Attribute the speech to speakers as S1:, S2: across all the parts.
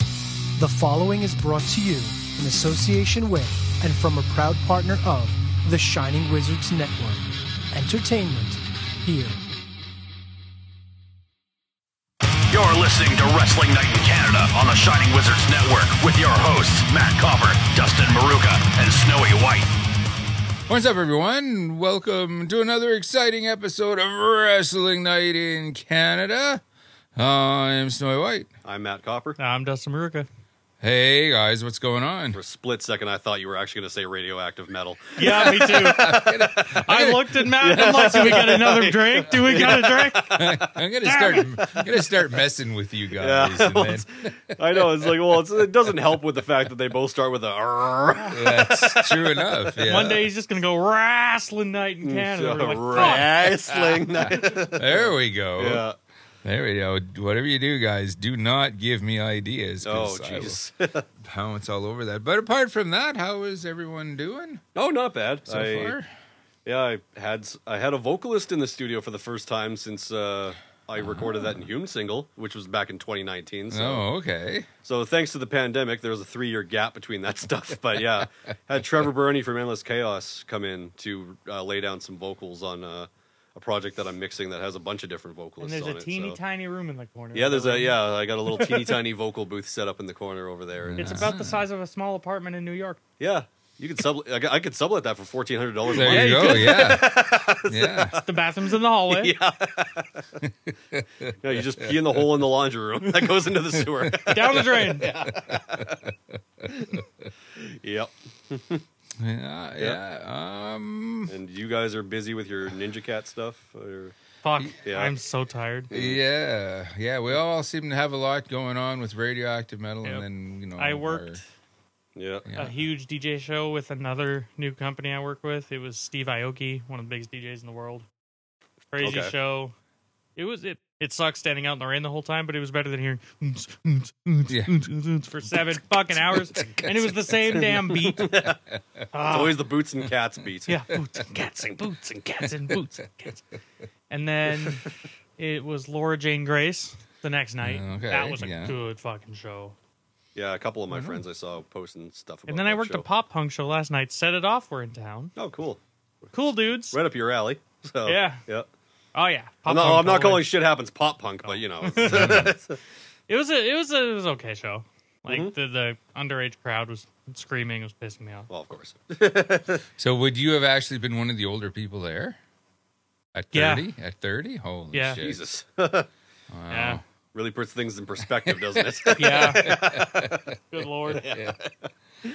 S1: The following is brought to you in association with and from a proud partner of the Shining Wizards Network. Entertainment here.
S2: You're listening to Wrestling Night in Canada on the Shining Wizards Network with your hosts, Matt Copper, Dustin Maruka, and Snowy White.
S3: What's up, everyone? Welcome to another exciting episode of Wrestling Night in Canada. I'm Snowy White.
S4: I'm Matt Copper.
S5: I'm Dustin Maruka.
S3: Hey, guys, what's going on?
S4: For a split second, I thought you were actually going to say radioactive metal.
S5: Yeah, me too. I looked at Matt and I'm like, do we got another drink? Do we got a drink?
S3: I'm gonna start. I'm gonna start messing with you guys. and then-
S4: I know. It's like, well, it's, it doesn't help with the fact that they both start with a. "Arr."
S3: that's true enough. yeah.
S5: One day he's just gonna go wrestling night
S4: Mm,
S5: in Canada. We're like,
S4: Wrestling. night.
S3: there we go.
S4: yeah.
S3: There we go. Whatever you do, guys, do not give me ideas.
S4: Oh,
S3: 'cause I will
S4: jeez.
S3: Pounce all over that. But apart from that, how is everyone doing
S4: no, not bad.
S3: so
S4: I-
S3: far?
S4: Yeah, I had s- I had a vocalist in the studio for the first time since uh, I recorded that in Hume single, which was back in 2019. So,
S3: Oh, okay.
S4: so thanks to the pandemic, there was a three year gap between that stuff. But yeah, had Trevor Burney from Endless Chaos come in to uh, lay down some vocals on uh, a project that I'm mixing that has a bunch of different
S5: and
S4: vocalists.
S5: there's
S4: on
S5: a
S4: it,
S5: teeny
S4: so.
S5: tiny room in the corner.
S4: Yeah, there's a yeah. I got a little teeny tiny vocal booth set up in the corner over there. And
S5: It's about the size of a small apartment in New York.
S4: yeah, you could sub. I, I could sublet that for fourteen hundred dollars.
S3: There you go. Yeah. yeah.
S5: The bathroom's in the hallway.
S4: No, you just pee in the hole in the laundry room that goes into the sewer.
S5: Down the drain.
S4: yep.
S3: Yeah, yeah. Um,
S4: And you guys are busy with your Ninja Cat stuff. Or...
S5: Fuck.
S4: Yeah.
S5: I'm so tired.
S3: yeah, yeah. We all seem to have a lot going on with radioactive metal,
S5: Yep.
S3: and then you know,
S5: I
S3: our-
S5: worked
S4: Yeah.
S3: yeah.
S5: a huge DJ show with another new company I work with. It was Steve Aoki, one of the biggest DJs in the world. Crazy
S4: Okay.
S5: show. It was it. It sucks standing out in the rain the whole time, but it was better than hearing "Oons, oons, oons,
S3: Yeah.
S5: oons, oons, oons" for seven fucking hours, and it was the same damn beat.
S4: It's
S5: Ah,
S4: always the boots and cats beat.
S5: yeah, boots and cats and boots and cats and boots and cats. And then it was Laura Jane Grace the next night.
S3: Uh, okay,
S5: that was a
S3: yeah.
S5: good fucking show.
S4: Yeah, a couple of my friends I saw posting stuff. About
S5: Mm-hmm. And then I
S4: that
S5: worked
S4: show.
S5: a pop punk show last night. Set it off. We're in town.
S4: Oh, cool.
S5: Cool dudes.
S4: Right up your alley. So
S5: Yeah.
S4: yeah.
S5: Oh yeah,
S4: I'm
S5: Pop
S4: not,
S5: Punk Oh.
S4: I'm not
S5: Color.
S4: calling shit happens pop punk, but you know.
S5: It was a it was a it was okay show. Like
S4: Mm-hmm.
S5: the the underage crowd was screaming, it was pissing me off.
S4: well, of course.
S3: So, would you have actually been one of the older people there at
S5: Yeah.
S3: thirty? At thirty, holy
S5: Yeah.
S3: shit!
S4: Jesus.
S5: Yeah,
S4: really puts things in perspective, doesn't it?
S5: yeah. Good lord,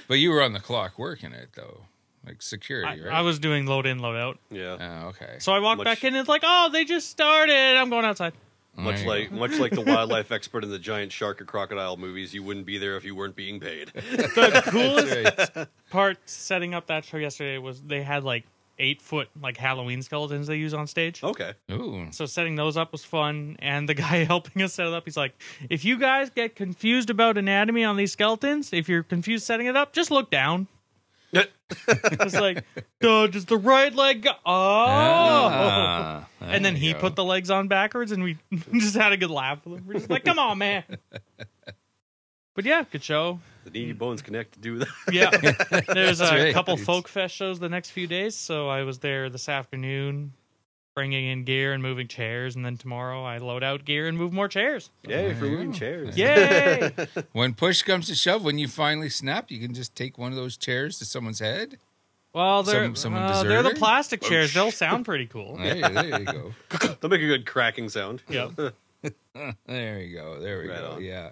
S3: But you were on the clock working it though, like
S5: I,
S3: security, right?
S5: I was doing load in, load out.
S4: yeah.
S3: Oh, okay.
S5: So I walked
S4: Much-
S5: back in. It's like, oh, they just started. I'm going outside.
S3: There
S4: Much
S3: you go.
S4: like much like the wildlife expert in the giant shark or crocodile movies, you wouldn't be there if you weren't being paid.
S5: The coolest
S3: That's right.
S5: part setting up that show yesterday was they had like eight foot like Halloween skeletons they use on stage.
S4: Okay.
S3: Ooh,
S5: So setting those up was fun, and the guy helping us set it up, he's like, "If you guys get confused about anatomy on these skeletons, if you're confused setting it up, just look down." It's like, duh, does the right leg go? Oh.
S3: Ah, there
S5: and then
S3: you
S5: he
S3: go.
S5: put the legs on backwards, and we just had a good laugh with him. We're just like, come on, man. But yeah, good show.
S4: The needy bones connect to do that.
S5: Yeah. There's a
S3: right.
S5: couple folk fest shows the next few days. So I was there this afternoon bringing in gear and moving chairs. And then tomorrow I load out gear and move more chairs.
S4: Yay for moving chairs.
S5: Yay.
S3: when push comes to shove, when you finally snap, you can just take one of those chairs to someone's head.
S5: Well, they're,
S3: Some- someone
S5: uh, they're the
S3: deserving?
S5: plastic chairs. They'll sound pretty cool.
S3: There, you- there you go.
S4: They'll make a good cracking sound.
S5: Yeah.
S3: There you go. There we
S4: Right
S3: go.
S4: on.
S3: Yeah.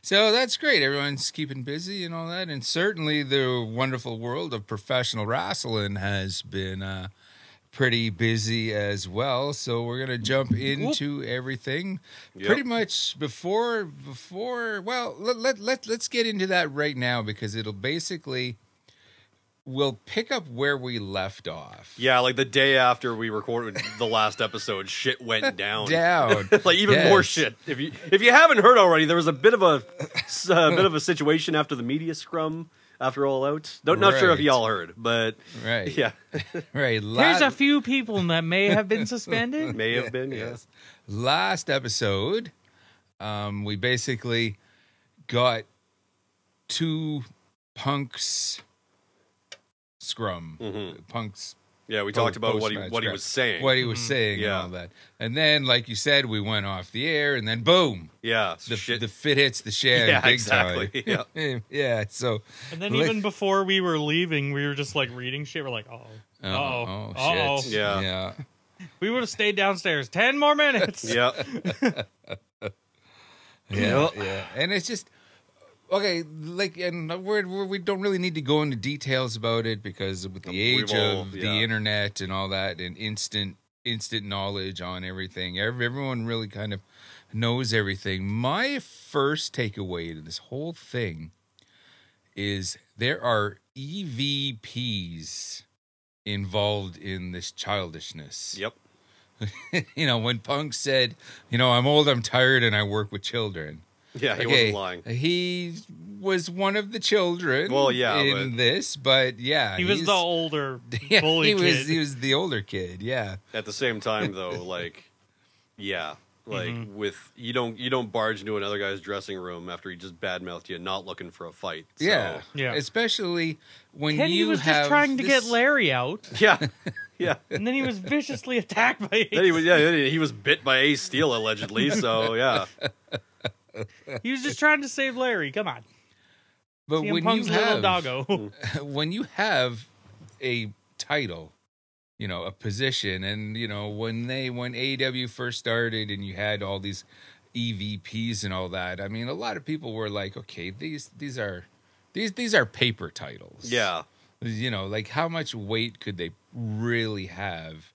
S3: So that's great. Everyone's keeping busy and all that. And certainly the wonderful world of professional wrestling has been uh, pretty busy as well. So we're going to jump into everything
S4: Yep.
S3: pretty much before, before, well, let, let, let, let's get into that right now because it'll basically, we'll pick up where we left off.
S4: Yeah, like the day after we recorded the last episode, shit went down.
S3: Down.
S4: Like even more
S3: Yes.
S4: shit. If you if you haven't heard already, there was a bit of a, a bit of a situation after the media scrum after all out. Don't, Not sure if
S3: Right.
S4: y'all heard, but
S3: Right.
S4: yeah,
S3: Right. Lot-
S5: Here's a few people that may have been suspended.
S4: may have been. Yeah.
S3: Yes. Last episode, um, we basically got two punks scrum. Punks
S4: Yeah, Mm-hmm. we talked about what he
S3: post-match
S4: what he
S3: crap.
S4: was saying. Mm-hmm.
S3: What he was saying
S4: Yeah.
S3: and all that. And then, like you said, we went off the air and then boom.
S4: yeah,
S3: The,
S4: shit.
S3: the fit hits the shed
S4: yeah,
S3: big
S4: exactly. Yeah.
S3: time. yeah. So
S5: And then
S3: Lick-
S5: even before we were leaving, we were just like reading shit. We're like, oh,
S3: Oh,
S5: oh,
S3: oh,
S5: oh.
S3: shit.
S4: Yeah.
S3: Yeah.
S5: We would have stayed downstairs ten more minutes.
S4: yeah.
S3: Yeah, yeah, and it's just okay. Like, and we're, we're, we don't really need to go into details about it because with the
S4: We've
S3: age
S4: all-
S3: of
S4: yeah.
S3: the internet and all that, and instant instant knowledge on everything, ev- everyone really kind of knows everything. My first takeaway to this whole thing is there are EVPs involved in this childishness
S4: Yep.
S3: you know, when Punk said, you know, I'm old, I'm tired, and I work with children.
S4: Yeah, he wasn't lying.
S3: He was one of the children.
S4: Well, yeah,
S3: in
S4: but-
S3: this, but yeah,
S5: He was
S3: he's-
S5: the older
S3: yeah,
S5: bully
S3: he was
S5: kid.
S3: he was the older kid. Yeah,
S4: At the same time though, like yeah. Like with you don't you don't barge into another guy's dressing room after he just badmouthed you not looking for a fight. So,
S3: yeah,
S5: Yeah.
S3: Especially when
S5: Kenny
S3: you
S5: was
S3: have
S5: just trying to
S3: this-
S5: get Larry out,
S4: Yeah. Yeah.
S5: and then he was viciously attacked by.
S4: Then he was yeah, then he he was bit by Ace Steel allegedly, so yeah.
S5: He was just trying to save Larry. Come on,
S3: But
S5: CM
S3: when
S5: Punk's
S3: you
S5: little
S3: have
S5: doggo.
S3: when you have a title, you know, a position, and you know when they when AEW first started, and you had all these EVPs and all that. I mean, a lot of people were like, okay, these these are these these are paper titles.
S4: Yeah.
S3: you know, like how much weight could they really have?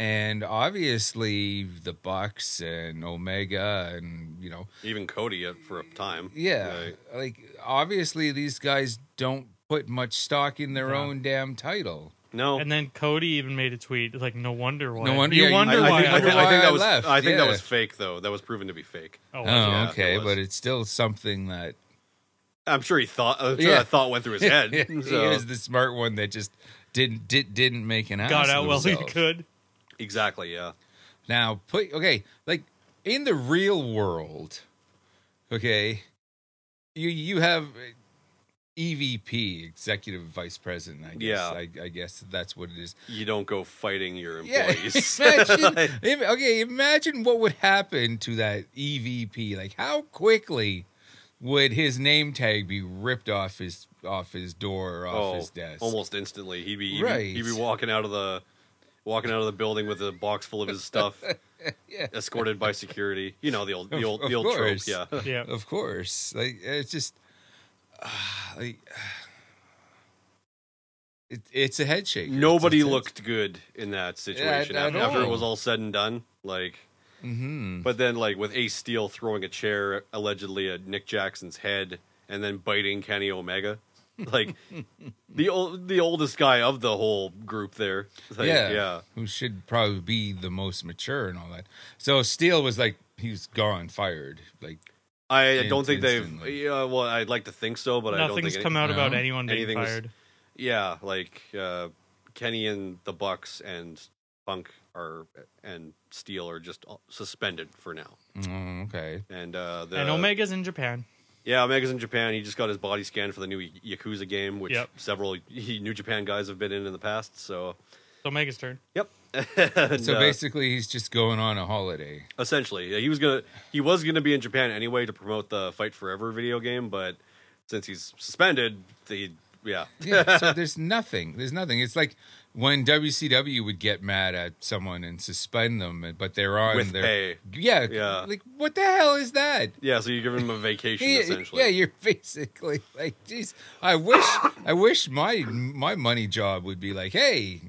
S3: And obviously, the Bucks and Omega, and you know,
S4: Even Cody uh, for a time.
S3: yeah.
S4: Like,
S3: Like obviously these guys don't put much stock in their own damn title.
S4: no.
S5: and then Cody even made a tweet like, "No wonder why."
S3: No wonder-
S5: you
S3: yeah, you-
S5: wonder
S4: I, I
S5: why.
S4: think, I, think, I think
S3: I
S4: that was
S3: left,
S4: I think that
S3: yeah.
S4: was fake though. That was proven to be fake.
S5: oh,
S3: Oh,
S5: yeah.
S4: yeah,
S3: okay,
S4: it was.
S3: but it's still something that
S4: I'm sure he thought I'm sure
S3: Yeah.
S4: that thought went through his head.
S3: he
S4: so-
S3: was the smart one that just didn't did, didn't make an ass
S5: got
S3: of
S5: out while he
S3: himself.
S5: could.
S4: Exactly, yeah.
S3: Now, put okay, like in the real world, okay, you you have uh, EVP, executive vice president. I guess.
S4: Yeah.
S3: I, I guess that's what it is.
S4: You don't go fighting your
S3: Yeah,
S4: employees.
S3: imagine, im- okay, imagine what would happen to that EVP. Like, how quickly would his name tag be ripped off his off his door, or off his desk?
S4: Oh, Almost instantly, he'd be he'd,
S3: Right.
S4: be he'd be walking out of the walking out of the building with a box full of his stuff, escorted by security. You know the old the old
S3: of
S4: the old trope.
S3: course.
S4: Yeah,
S5: Yeah,
S3: Of course, like it's just, ah, like, it, it's a head shake.
S4: nobody looked good in that situation
S3: at
S4: after, after
S3: all.
S4: it was all said and done. Like,
S3: hmm
S4: but then like with Ace Steel throwing a chair allegedly at Nick Jackson's head and then biting Kenny Omega. Like the old, the oldest guy of the whole group there. Like,
S3: yeah,
S4: yeah.
S3: Who should probably be the most mature and all that. So Steele was like, he's gone, fired. Like,
S4: I don't think they've.
S3: Instantly.
S4: Yeah, well, I'd like to think so, but I don't
S5: nothing's
S4: think
S5: come out
S3: no,
S5: about anyone being
S4: anything was-
S5: fired.
S4: Yeah, like uh, Kenny and the Bucks and Punk are and Steel are just all- suspended for now.
S3: mm, okay,
S4: And uh, the,
S5: and Omega's in Japan.
S4: yeah, Omega's in Japan. He just got his body scanned for the new Y- Yakuza game, which
S5: Yep.
S4: several Y- New Japan guys have been in in the past. So,
S5: It's Omega's turn.
S4: yep. And,
S3: So
S4: uh,
S3: basically, he's just going on a holiday.
S4: essentially Yeah, he was gonna he was gonna be in japan anyway to promote the fight forever video game but since he's suspended he yeah
S3: Yeah, so there's nothing. There's nothing. It's like when WCW would get mad at someone and suspend them, but they're on
S4: With
S3: their
S4: pay.
S3: Yeah,
S4: Yeah.
S3: Like what the hell is that?
S4: yeah so you give him a vacation
S3: Yeah,
S4: essentially
S3: Yeah, you're basically like, geez, I wish, I wish my my money job would be like, hey,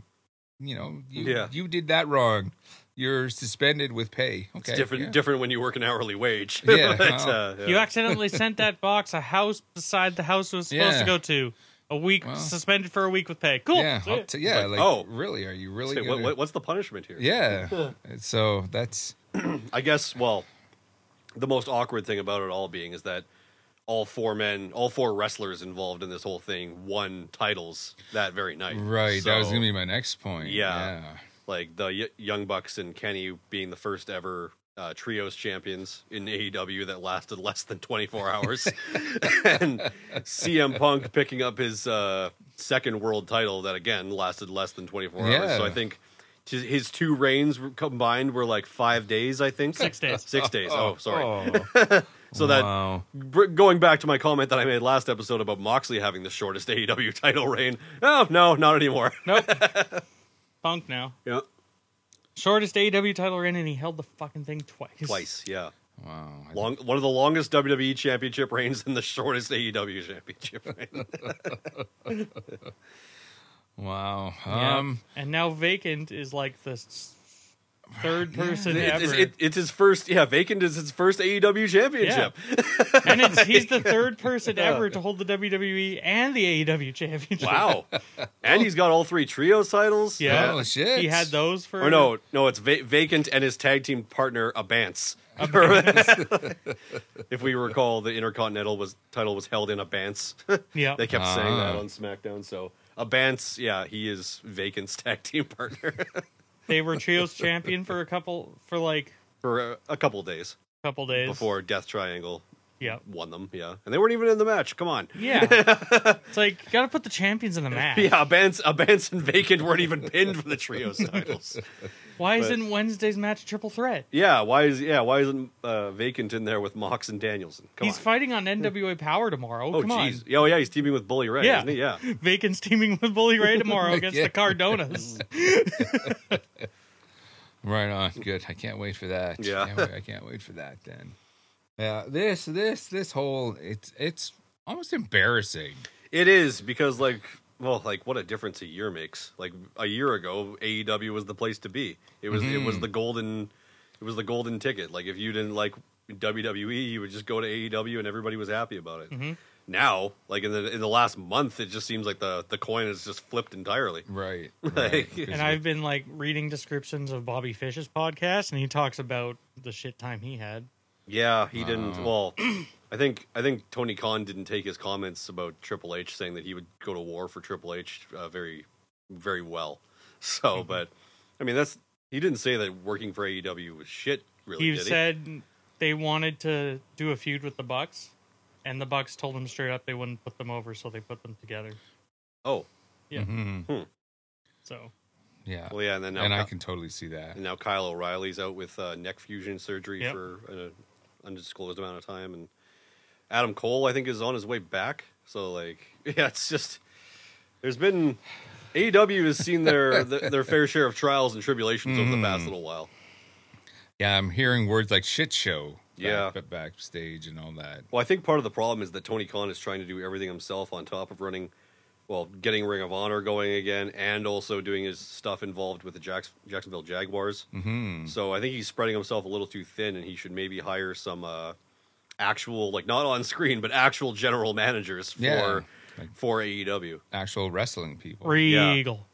S3: you know, you
S4: Yeah.
S3: you did that wrong. You're suspended with pay. Okay,
S4: it's different
S3: yeah.
S4: different when you work an hourly wage
S3: Yeah, uh-huh.
S4: But,
S3: well.
S4: uh, yeah.
S5: You accidentally sent that box a house beside the house it was supposed
S3: Yeah.
S5: to go to. A week
S3: Well.
S5: suspended for a week with pay. Cool.
S3: Yeah,
S5: See
S3: I'll
S5: ya.
S3: t- yeah. Like,
S4: Like, oh.
S3: really? Are you really?
S4: Say, what,
S3: gonna-
S4: what- what's the punishment here
S3: Yeah. so that's
S4: i guess well the most awkward thing about it all being is that all four men all four wrestlers involved in this whole thing won titles that very night
S3: right. that was
S4: So-
S3: gonna be my next point.
S4: Yeah. like the y- Young Bucks and Kenny being the first ever uh, trios champions in AEW that lasted less than 24 hours, and CM Punk picking up his uh, second world title that again lasted less than 24 hours. So
S3: Yeah.
S4: I think t- his two reigns were- combined were like five days. I think
S5: Six days.
S4: Six days. Oh, sorry.
S3: Oh,
S4: so that
S3: wow.
S4: br- going back to my comment that I made last episode about Moxley having the shortest AEW title reign. Oh no, not anymore.
S5: Punk now.
S4: yeah,
S5: Shortest AEW title reign, and he held the fucking thing twice.
S4: twice. Yeah.
S3: Wow. I
S4: Long, one of the longest WWE championship reigns and the shortest AEW championship reign.
S3: Wow.
S5: Yeah.
S3: Um,
S5: and now vacant is like the s- third person
S4: It's,
S5: ever,
S4: it's, it- it's his first, yeah, vacant is his first AEW championship.
S5: and it's, he's the third person ever to hold the WWE and the AEW championship.
S4: Wow. and he's got all three trio titles.
S5: Yeah.
S3: Oh, shit.
S5: He had those for.
S4: Or no, no, it's va- vacant and his tag team partner Abance. if we recall, the Intercontinental was title was held in Abance.
S5: Yeah.
S4: they kept saying that
S3: Ah.
S4: on SmackDown. So Abance, yeah, he is vacant's tag team partner
S5: They were trios champion for a couple for like
S4: for a, a couple days
S5: a couple days
S4: before Death Triangle
S5: Yeah.
S4: won them. Yeah, and they weren't even in the match. Come on.
S5: Yeah. it's like you gotta put the champions in the match.
S4: Yeah, Abance, Abance and Vacant weren't even pinned for the trios titles.
S5: Why isn't Wednesday's match a triple threat?
S4: Yeah, why is yeah why isn't uh, Vacant in there with Mox and Danielson? Come
S5: He's
S4: on.
S5: fighting on NWA Power tomorrow.
S4: Oh
S5: Come
S4: jeez. Oh yeah, he's teaming with Bully Ray,
S5: Yeah.
S4: isn't he? Yeah.
S5: on. Vacant's teaming with Bully Ray tomorrow against
S3: Yeah.
S5: the Cardonas.
S3: Right on. Good. I can't wait for that.
S4: Yeah.
S3: Can't wait- I can't wait for that then. Yeah. This, this, this whole, it's, it's almost embarrassing.
S4: It is because like well, like what a difference a year makes. Like a year ago, AEW was the place to be. It was it was the golden it was the golden ticket. Like if you didn't like WWE, you would just go to AEW and everybody was happy about it. Now, like in the in the last month, it just seems like the the coin is just flipped entirely.
S3: Right.
S4: Like-
S5: and I've been like reading descriptions of Bobby Fish's podcast and he talks about the shit time he had.
S4: Yeah, he didn't. Well, I think I think Tony Khan didn't take his comments about Triple H saying that he would go to war for Triple H uh, very, very well. So, but I mean, that's he didn't say that working for AEW was shit. Really,
S5: He
S4: did
S5: said they wanted to do a feud with the Bucks, and the Bucks told him straight up they wouldn't put them over, so they put them together.
S4: he? Oh,
S3: Mhm.
S5: So
S3: Yeah.
S4: well, yeah, and then now,
S3: and I
S4: Ky-
S3: can totally see that.
S4: and now Kyle O'Reilly's out with uh, neck fusion surgery
S5: Yep.
S4: for an undisclosed amount of time, and Adam Cole, I think, is on his way back. So, like, yeah, it's just there's been AEW has seen their th- their fair share of trials and tribulations over the past little while.
S3: Yeah. I'm hearing words like shit show. back-
S4: Yeah.
S3: Back, backstage and all that.
S4: Well, I think part of the problem is that Tony Khan is trying to do everything himself on top of running, well, getting Ring of Honor going again, and also doing his stuff involved with the Jacks- Jacksonville Jaguars.
S3: hmm
S4: So I think he's spreading himself a little too thin, and he should maybe hire some uh, actual, like not on screen, but actual general managers for
S3: Yeah. Like-
S4: for E AEW.
S3: Actual wrestling people.
S5: Regal.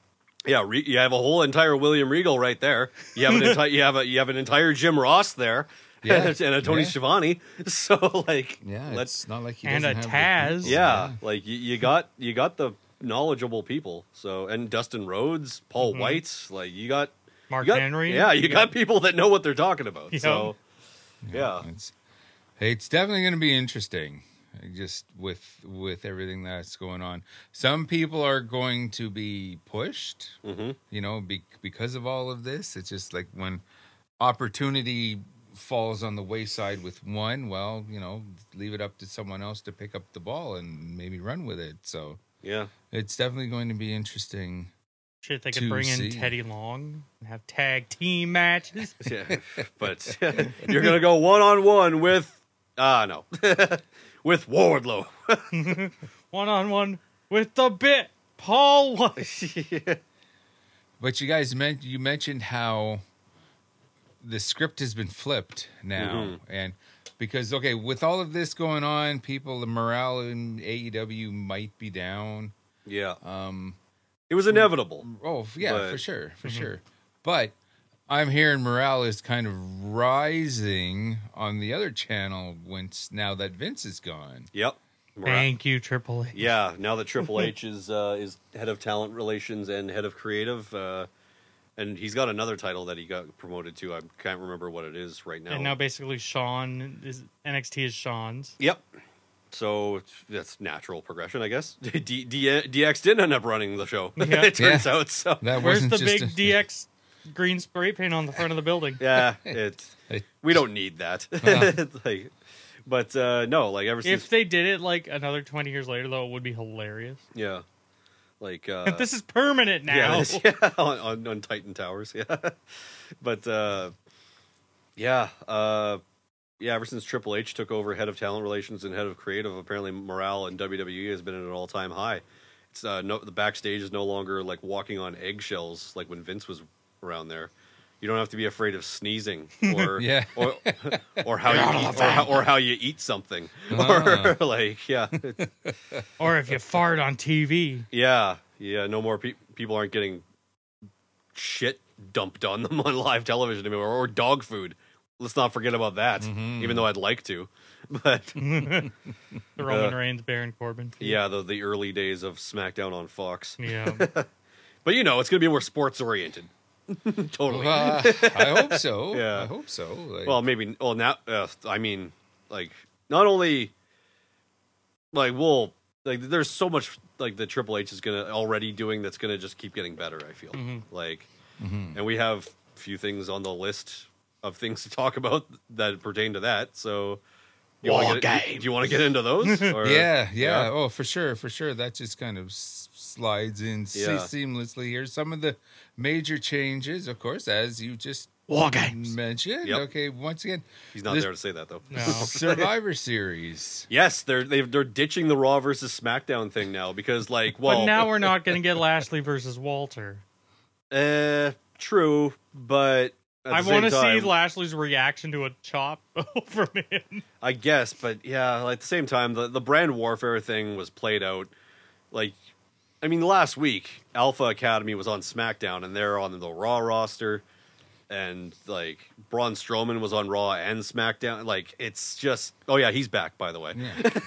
S4: Yeah, Re- you have a whole entire William Regal right there. You have an entire you have a you have an entire Jim Ross there,
S3: Yeah.
S4: and a Tony
S3: Yeah.
S4: Schiavone. So like,
S3: Yeah.
S4: let's
S3: it's not like he
S5: and
S3: doesn't
S5: a
S3: have the
S5: Taz.
S3: people.
S4: yeah, like you, you got you got the knowledgeable people. So and Dustin Rhodes, Paul White, like you got
S5: Mark
S4: you got-
S5: Henry.
S4: Yeah, you got people that know what they're talking about.
S5: Yeah.
S4: So yeah.
S3: It's hey, it's definitely going to be interesting. uh, Just with with everything that's going on, some people are going to be pushed. You know, be, because of all of this, it's just like when opportunity falls on the wayside with one. Well, you know, leave it up to someone else to pick up the ball and maybe run with it. So
S4: yeah.
S3: it's definitely going to be interesting.
S5: Shit, they
S3: To
S5: could bring
S3: see.
S5: in Teddy Long and have tag team matches.
S4: Yeah, but you're gonna go one on one with ah no, with Wardlow.
S5: one on one with the bit Paul White.
S3: But you guys meant you mentioned how the script has been flipped now,
S4: Mm-hmm.
S3: and because okay, with all of this going on, people the morale in AEW might be down.
S4: yeah,
S3: Um,
S4: it was inevitable.
S3: oh f- yeah,
S4: But-
S3: for sure, for
S5: Mm-hmm.
S3: sure. But I'm hearing morale is kind of rising on the other channel once now that Vince is gone.
S4: Yep. We're at-
S5: Thank you, Triple H.
S4: Yeah, now that Triple H is uh, is head of talent relations and head of creative, uh, and he's got another title that he got promoted to. I can't remember what it is right now.
S5: And now basically Sean is NXT is Sean's.
S4: Yep. So it's- that's natural progression, I guess. D- D- DX did end up running the show.
S5: Yeah.
S4: it turns
S3: Yeah.
S4: out. So
S3: That
S5: Where's
S3: wasn't
S5: the
S3: just
S5: big
S3: a-
S5: DX green spray paint on the front of the building?
S4: yeah, it's
S3: Hey.
S4: we don't need that.
S3: Uh-huh.
S4: Like, but uh, no, like ever since
S5: If they did it like another 20 years later, though, it would be hilarious.
S4: yeah, like uh,
S5: this is permanent
S4: Yeah,
S5: now.
S4: this- yeah, on, on, on Titan Towers. Yeah, but uh, yeah, uh, yeah. Ever since Triple H took over head of talent relations and head of creative, apparently morale in WWE has been at an all-time high. It's uh, no, the backstage is no longer like walking on eggshells like when Vince was around there. You don't have to be afraid of sneezing or
S3: Yeah.
S4: or, or how you eat, or, how, or how you eat something or like yeah
S5: Or if you fart on TV.
S4: yeah, yeah. No more pe- people aren't getting shit dumped on them on live television anymore, or dog food. Let's not forget about that. Even though I'd like to, but
S5: The Roman
S4: Uh,
S5: Reigns, Baron Corbin.
S4: yeah, the the early days of SmackDown on Fox.
S5: Yeah.
S4: But you know, it's gonna be more sports oriented. totally. Well,
S3: Well, I hope so.
S4: Yeah.
S3: I hope so. Like,
S4: maybe. Well, now uh, I mean, like, not only like we'll like there's so much like the Triple H is gonna already doing that's gonna just keep getting better. I feel
S5: Mm-hmm.
S4: like. and we have a few things on the list of things to talk about that pertain to that. So, you wanna get, do you want to get into those? Or,
S3: yeah, yeah, Oh, for sure, for sure. That just kind of s- slides in se-
S4: Yeah.
S3: seamlessly here. Some of the major changes, of course, as you just
S5: War games.
S3: mentioned.
S4: Yep.
S3: Okay, once again,
S4: He's not
S3: This-
S4: there to say that though.
S5: No.
S3: Survivor Series.
S4: Yes, they're they've, they're ditching the Raw versus SmackDown thing now because like well
S5: But now we're not going to get Lashley versus Walter.
S4: uh, true, but at
S5: I
S4: the same
S5: want to see
S4: time-
S5: Lashley's reaction to a chop from him.
S4: I guess, but yeah, at the same time, the, the brand warfare thing was played out. Like, I mean, last week, Alpha Academy was on SmackDown, and they're on the Raw roster, and like Braun Strowman was on Raw and SmackDown. Like, it's just, oh yeah, he's back, by the way.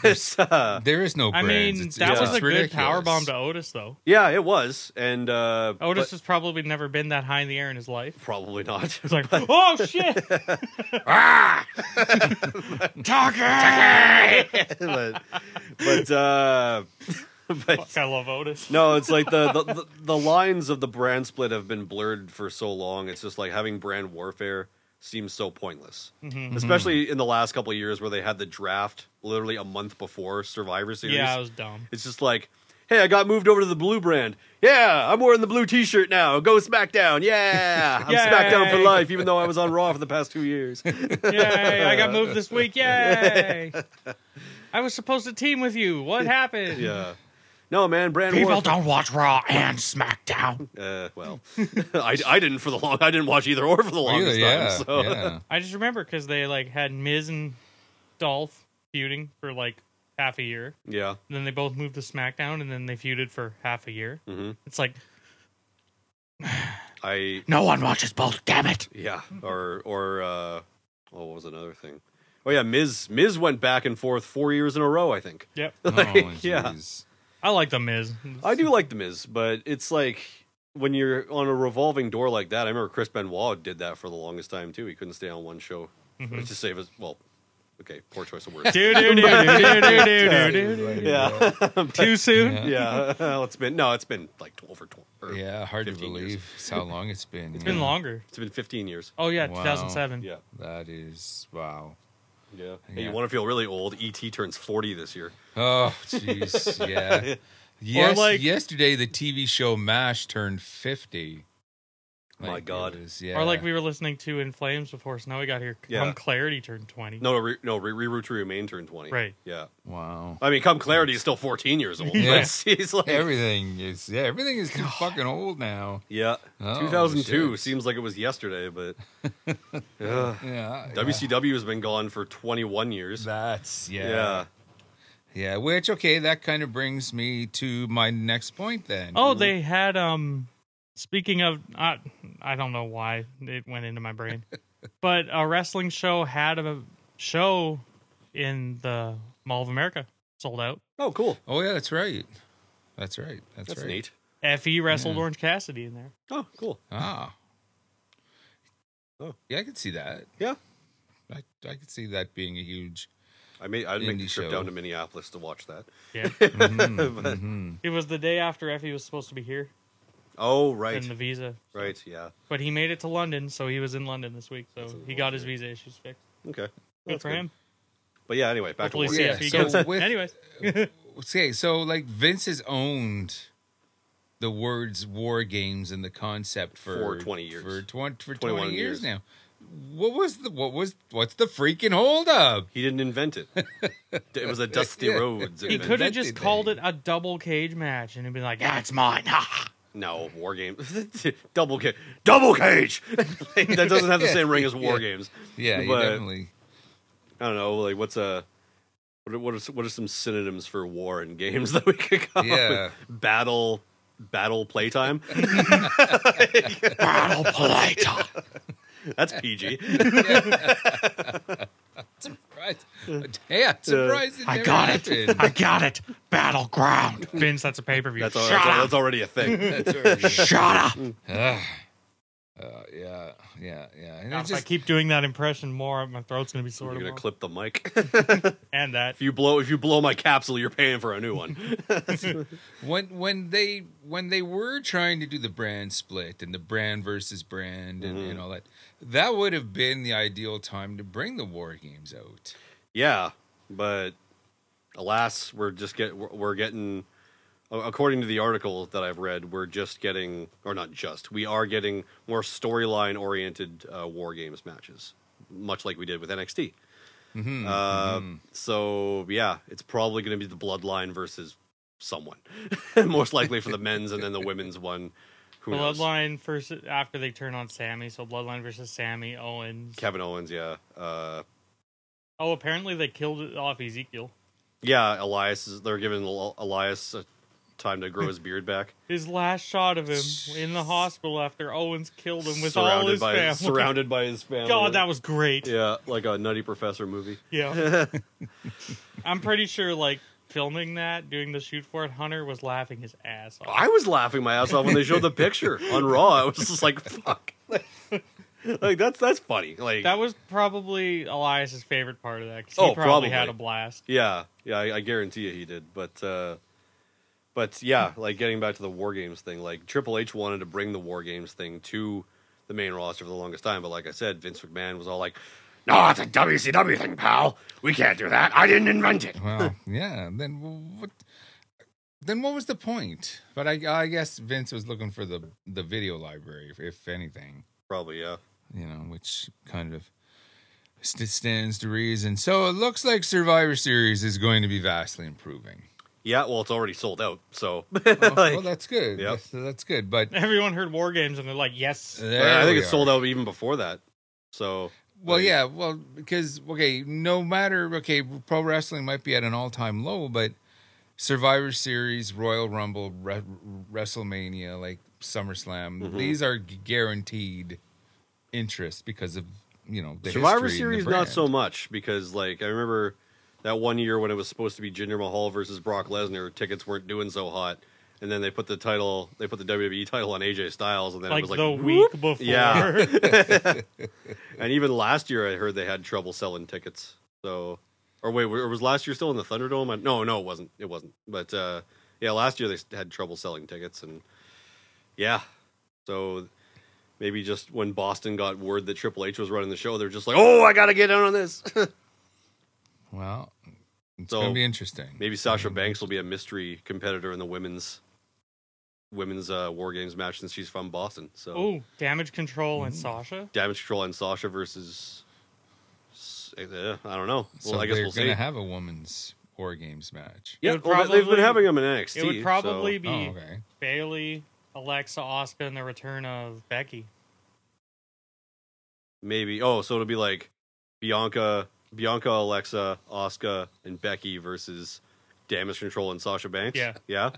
S4: It's, uh,
S3: There is no
S5: I
S3: brands.
S5: mean,
S3: It's-
S5: that
S3: it's
S5: was
S3: just
S5: a good power bomb
S3: ridiculous.
S5: to Otis, though.
S4: yeah, it was, and uh,
S5: Otis
S4: but-
S5: has probably never been that high in the air in his life.
S4: probably not.
S5: It's like, oh shit!
S4: but, but, uh, but
S5: Fuck, I love Otis.
S4: No, it's like the, the, the, the lines of the brand split have been blurred for so long. It's just like having brand warfare seems so pointless,
S5: Mm-hmm.
S4: especially in the last couple of years where they had the draft literally a month before Survivor Series.
S5: Yeah, I was dumb.
S4: it's just like, hey, I got moved over to the blue brand. Yeah, I'm wearing the blue T-shirt now. Go SmackDown. Yeah, I'm
S5: Yay.
S4: SmackDown for life, even though I was on Raw for the past two years.
S5: Yay! I got moved this week. Yay! I was supposed to team with you. What happened?
S4: yeah. No, man, brand warfare.
S5: don't watch Raw and SmackDown.
S4: Uh, well, I, I didn't for the long. I didn't watch either or for the longest
S3: Either,
S4: time.
S3: yeah,
S4: So.
S3: yeah.
S5: I just remember because they like had Miz and Dolph feuding for like half a year.
S4: yeah.
S5: And then they both moved to SmackDown, and then they feuded for half a year.
S4: Mhm.
S5: It's like
S4: I
S5: no one watches both. Damn it!
S4: yeah, or or uh, oh, what was another thing? Oh yeah, Miz Miz went back and forth four years in a row. I think.
S5: Yep,
S3: Oh,
S4: yeah.
S3: jeez.
S5: I like the Miz.
S4: I do like the Miz, but it's like when you're on a revolving door like that. I remember Chris Benoit did that for the longest time too. He couldn't stay on one show
S5: Mm-hmm.
S4: to save his. Well, okay, poor choice of words.
S5: Do do do do do do do do.
S4: yeah,
S5: Too soon.
S4: yeah. Well, it's been no, it's been like twelve or twelve. Or,
S3: Yeah, hard to
S4: 15 years.
S3: believe it's how long it's been.
S5: It's been longer.
S4: it's been fifteen years.
S5: Oh yeah,
S3: Wow.
S5: 2007.
S4: Yeah,
S3: That is wow.
S4: yeah. Hey,
S3: Yeah.
S4: you want to feel really old? ET turns forty this year.
S3: Oh, jeez, yeah. Yes,
S5: like-
S3: yesterday the TV show MASH turned fifty.
S4: My
S3: Like, it
S4: God.
S3: was- yeah.
S5: Or like we were listening to In Flames before, so now we got here.
S4: Yeah.
S5: Come Clarity turned 20.
S4: No, no, re- no. Re- Reroute to Remain turned twenty.
S5: Right.
S4: Yeah.
S3: wow.
S4: I mean, come clarity is still 14 years old.
S3: Yeah.
S4: That's- He's like,
S3: Everything is yeah, everything is too fucking old now.
S4: yeah,
S3: Oh,
S4: 2002
S3: shit.
S4: seems like it was yesterday, but Ugh.
S3: Yeah.
S4: WCW has been gone for 21 years.
S3: That's yeah.
S4: yeah.
S3: yeah. which okay, that kind of brings me to my next point then.
S5: Oh,
S4: Mm-hmm.
S5: they had um speaking of I I don't know why it went into my brain. but a wrestling show had a show in the Mall of America sold out.
S4: Oh, cool.
S3: Oh yeah, that's right. That's right. That's,
S4: That's
S3: right.
S4: neat.
S5: FE wrestled Orange E Cassidy in there.
S4: Oh, cool.
S3: Ah, Yeah, I could see that.
S4: Yeah,
S3: I, I could see that being a huge.
S4: I mean, I'd make
S3: Indie
S4: the trip
S3: show.
S4: down to Minneapolis to watch that.
S5: Yeah.
S4: But-
S5: It was the day after Effie was supposed to be here
S4: Oh,
S5: and
S4: right,
S5: the visa.
S4: right, yeah,
S5: But he made it to London, so he was in London this week. So he got his visa issues fixed.
S4: okay, Well,
S5: Good
S4: that's
S5: for him.
S4: But yeah, anyway, back
S5: Hopefully,
S4: to work.
S3: Yeah,
S5: CFP
S3: so
S5: gets it.
S3: with-
S5: Anyways,
S3: Okay, so like Vince has owned the words war games and the concept for,
S4: For 20 years.
S3: For, 20, for
S4: 21
S3: 20 years
S4: years.
S3: now. What was the what was what's the freaking holdup?
S4: He didn't invent it. it was a Dusty Rhodes.
S5: he
S4: Event.
S5: could have
S3: invented
S5: just
S3: thing.
S5: called it a double cage match and he'd be like, "Yeah, it's mine."
S4: No, war games. Double cage. Double cage. Like, that doesn't have the same ring as war games.
S3: Yeah, you
S4: But-
S3: definitely.
S4: I don't know. Like, what's a what? Are, what are what are some synonyms for war in games that we could come
S3: Yeah.
S4: up with? Battle. Battle playtime.
S5: Battle polite.
S4: That's PG.
S3: Right. Yeah, surprised it never happened.
S5: got it. Battleground. Vince, that's a pay per view.
S4: That's, al- that's, al- that's already a thing.
S5: Shut up.
S3: Ugh. Uh, yeah, yeah, yeah. And it
S5: If I
S3: just,
S5: keep doing that impression more, my throat's gonna be sore
S4: You're gonna
S5: tomorrow.
S4: clip the mic.
S5: and that.
S4: If you blow if you blow my capsule, you're paying for a new one.
S3: when when they when they were trying to do the brand split and the brand versus brand and,
S4: Mm-hmm.
S3: and all that, that would have been the ideal time to bring the war games out.
S4: Yeah, but alas, we're just get we're, we're getting a- according to the article that I've read, we're just getting or not just we are getting more storyline oriented uh, war games matches, much like we did with NXT. uh, So yeah, it's probably going to be the Bloodline versus someone, most likely for the men's and then the women's one. Who knows?
S5: Bloodline first after they turn on Sammy, so Bloodline versus Sammy Owens.
S4: Kevin Owens, yeah, uh,
S5: Oh, apparently they killed off Ezekiel.
S4: yeah. Elias, is, they're giving Eli- Elias uh, time to grow his beard back.
S5: His last shot of him in the hospital after Owens killed him with all
S4: surrounded
S5: his
S4: by
S5: family.
S4: surrounded by his family.
S5: God, that was great.
S4: yeah, like a Nutty Professor movie.
S5: Yeah. I'm pretty sure, like, filming that, doing the shoot for it, Hunter was laughing his ass off.
S4: I was laughing my ass off when they showed the picture on Raw. I was just like, "Fuck!" like that's that's funny. Like,
S5: That was probably Elias's favorite part of that. 'cause he
S4: Oh,
S5: probably, had
S4: probably.
S5: a blast.
S4: yeah, yeah, I, I guarantee you he did. But uh, but yeah, like getting back to the War Games thing, like Triple H wanted to bring the War Games thing to the main roster for the longest time, but like I said, Vince McMahon was all like, "No, it's a WCW thing, pal. We can't do that. I didn't invent it."
S3: Well, yeah. Then what? Then what was the point? But I, I guess Vince was looking for the the video library, if, if anything,
S4: Probably, yeah.
S3: you know, which kind of st- stands to reason. So it looks like Survivor Series is going to be vastly improving.
S4: Yeah, well, it's already sold out, so
S3: Well, well, that's good.
S4: Yep.
S3: That's, that's good. But
S5: Everyone heard War Games and they're like, yes.
S4: I
S3: there
S4: think
S3: we
S4: it's
S3: are.
S4: sold out even before that. So
S3: Well,
S4: like,
S3: yeah, well, because okay, no matter okay, pro wrestling might be at an all-time low, but Survivor Series, Royal Rumble, Re- WrestleMania, like SummerSlam,
S4: Mm-hmm.
S3: these are gu- guaranteed interest because of you know the
S4: Survivor
S3: history and the
S4: Series not so
S3: brand.
S4: much because like I remember that one year when it was supposed to be Jinder Mahal versus Brock Lesnar, tickets weren't doing so hot, and then they put the title, they put the WWE title on AJ Styles, and then it
S5: Like,
S4: was like
S5: the
S4: whoop.
S5: week before.
S4: Yeah. And even last year, I heard they had trouble selling tickets. So, or wait, or was last year still in the Thunderdome? I, no, no, it wasn't. It wasn't. But uh, yeah, last year they had trouble selling tickets, and yeah, so maybe just when Boston got word that Triple H was running the show, they're just like, oh, I gotta get in on this.
S3: Well, it's
S4: So,
S3: gonna be interesting. Um,
S4: maybe Sasha Banks will be a mystery competitor in the women's women's uh, War Games match since she's from Boston. So
S5: Oh, damage control
S4: Mm.
S5: and Sasha.
S4: Damage Control and Sasha versus. s- uh, I don't know. Well,
S3: so
S4: I guess
S3: they're
S4: we'll see.
S3: gonna have a women's war games match.
S4: Yeah,
S5: would
S4: well, they- they've been
S5: probably-
S4: having them in NXT.
S5: It would probably
S4: so-
S5: be
S3: Oh, okay.
S5: Bailey, Alexa, Oscar, and the return of Becky.
S4: maybe. Oh, so it'll be like Bianca, Bianca, Alexa, Oscar, and Becky versus Damage Control and Sasha Banks.
S5: Yeah.
S4: yeah.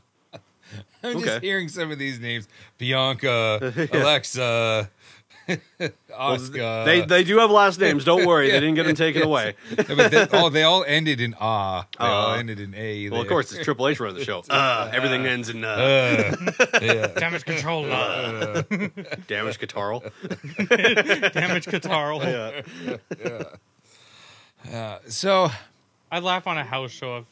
S3: I'm just
S4: Okay.
S3: hearing some of these names: Bianca, Alexa. Oscar.
S4: They they do have last names. Don't worry, they didn't get them taken
S3: Yes.
S4: away.
S3: Yeah, but they, oh, they all ended in ah. They all
S4: Ah.
S3: ended in a.
S4: Well, of
S3: there.
S4: course, it's Triple H running the show. Uh, everything ends in uh,
S3: Uh, yeah.
S5: Damage control. uh,
S4: damage guitarl.
S5: Damage control.
S4: Yeah.
S3: Uh, So
S5: I laugh on a house show of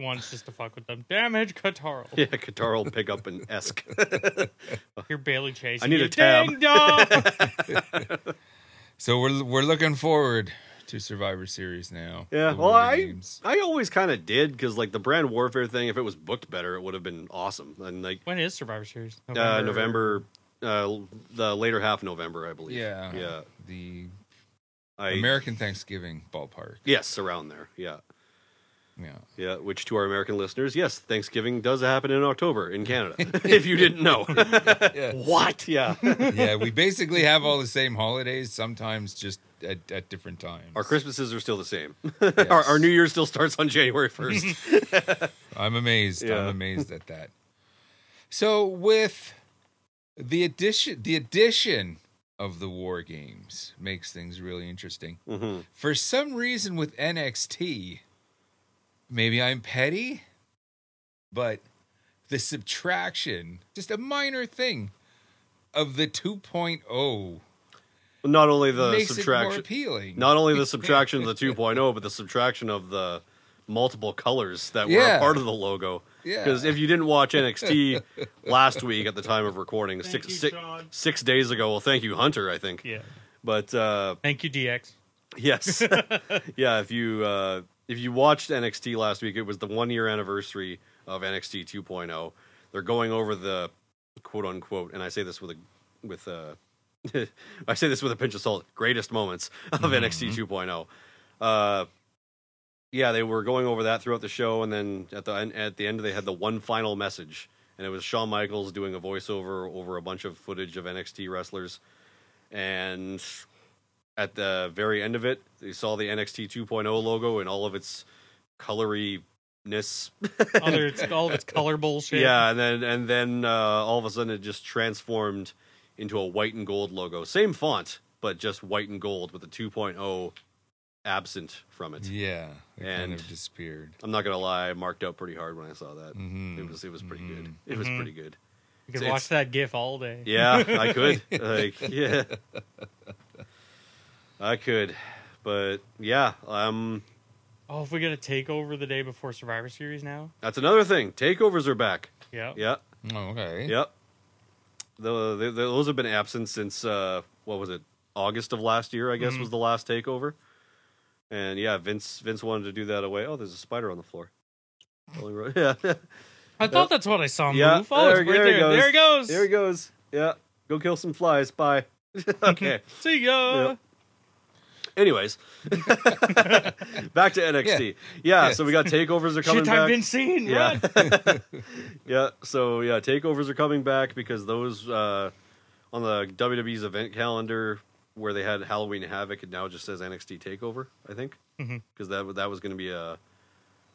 S5: once just to fuck with them. Damage Catarl.
S4: Yeah, guitarl pick up an esque.
S5: You're Bailey chasing.
S4: I need
S5: you.
S4: a tab.
S5: Ding dong.
S3: so we're we're looking forward to Survivor Series now.
S4: Yeah,
S3: The
S4: well,
S3: War
S4: I
S3: Games.
S4: I always kind of did because like the brand warfare thing, if it was booked better, it would have been awesome. And like
S5: when is Survivor Series?
S4: uh, November, uh, the later half of November, I believe.
S3: yeah
S4: yeah.
S3: the
S4: I
S3: American Thanksgiving ballpark.
S4: yes, around there. Yeah,
S3: Yeah.
S4: yeah. Which to our American listeners, yes, Thanksgiving does happen in October in Canada. if you didn't know, what? Yeah,
S3: yeah, we basically have all the same holidays, sometimes just at, at different times.
S4: our Christmases are still the same. our, our New Year still starts on January first.
S3: I'm amazed. I'm
S4: Yeah.
S3: amazed at that. So with the addition the addition of the war games makes things really interesting.
S4: Mhm.
S3: For some reason with NXT, maybe I'm petty, but the subtraction, just a minor thing of the 2.0
S4: Not only the
S3: makes it more
S4: subtraction,
S3: appealing.
S4: not only the subtraction of the 2.0 but the subtraction of the multiple colors that were
S3: Yeah.
S4: a part of the logo
S3: Yeah.
S4: because if you didn't watch nxt last week at the time of recording six,
S5: you,
S4: six,
S5: Sean.
S4: six days ago well thank you hunter i think
S5: Yeah.
S4: but uh,
S5: Thank you, DX.
S4: yes yeah if you uh, if you watched nxt last week it was the one year anniversary of nxt 2.0 oh. they're going over the quote unquote and i say this with a with a I say this with a pinch of salt, greatest moments of NXT 2.0. oh. Uh, yeah, they were going over that throughout the show, and then at the en- at the end, they had the one final message, and it was Shawn Michaels doing a voiceover over a bunch of footage of NXT wrestlers, and at the very end of it, they saw the NXT 2.0 logo and all of its coloryness.
S5: Other, it's all of its color bullshit.
S4: Yeah, and then and then uh, all of a sudden it just transformed into a white and gold logo. Same font, but just white and gold with the 2.0 absent from it.
S3: yeah, it kind
S4: And-
S3: of disappeared.
S4: I'm not gonna lie, I marked out pretty hard when I saw that.
S3: Mhm.
S4: It was it was pretty good. It was
S5: Mhm.
S4: pretty good.
S5: You could
S4: It's-
S5: watch that GIF all day.
S4: Yeah, I could. like yeah. I could. But yeah, um
S5: Oh, if we get a takeover the day before Survivor Series now.
S4: that's another thing. Takeovers are back.
S5: Yeah.
S4: Yeah.
S3: Oh, okay.
S4: Yep. The, the, the- those have been absent since uh, what was it? August of last year, I guess, was the last takeover. And yeah, Vince Vince wanted to do that away. Oh, there's a spider on the floor. Only ro- Yeah,
S5: I thought that's what I saw
S4: yeah.
S5: move. Oh, it's right there.
S4: it goes.
S5: There it goes.
S4: There it goes. Yeah, go kill some flies. Bye. okay.
S5: See ya.
S4: Yeah. Anyways, back to NXT. Yeah. So we got takeovers are coming
S5: Shit,
S4: back.
S5: I've been seeing.
S4: Yeah.
S5: Yeah.
S4: yeah. So yeah, takeovers are coming back because those uh, on the WWE's event calendar where they had Halloween Havoc, it now just says NXT Takeover. I think because
S5: Mhm.
S4: that that was going to be a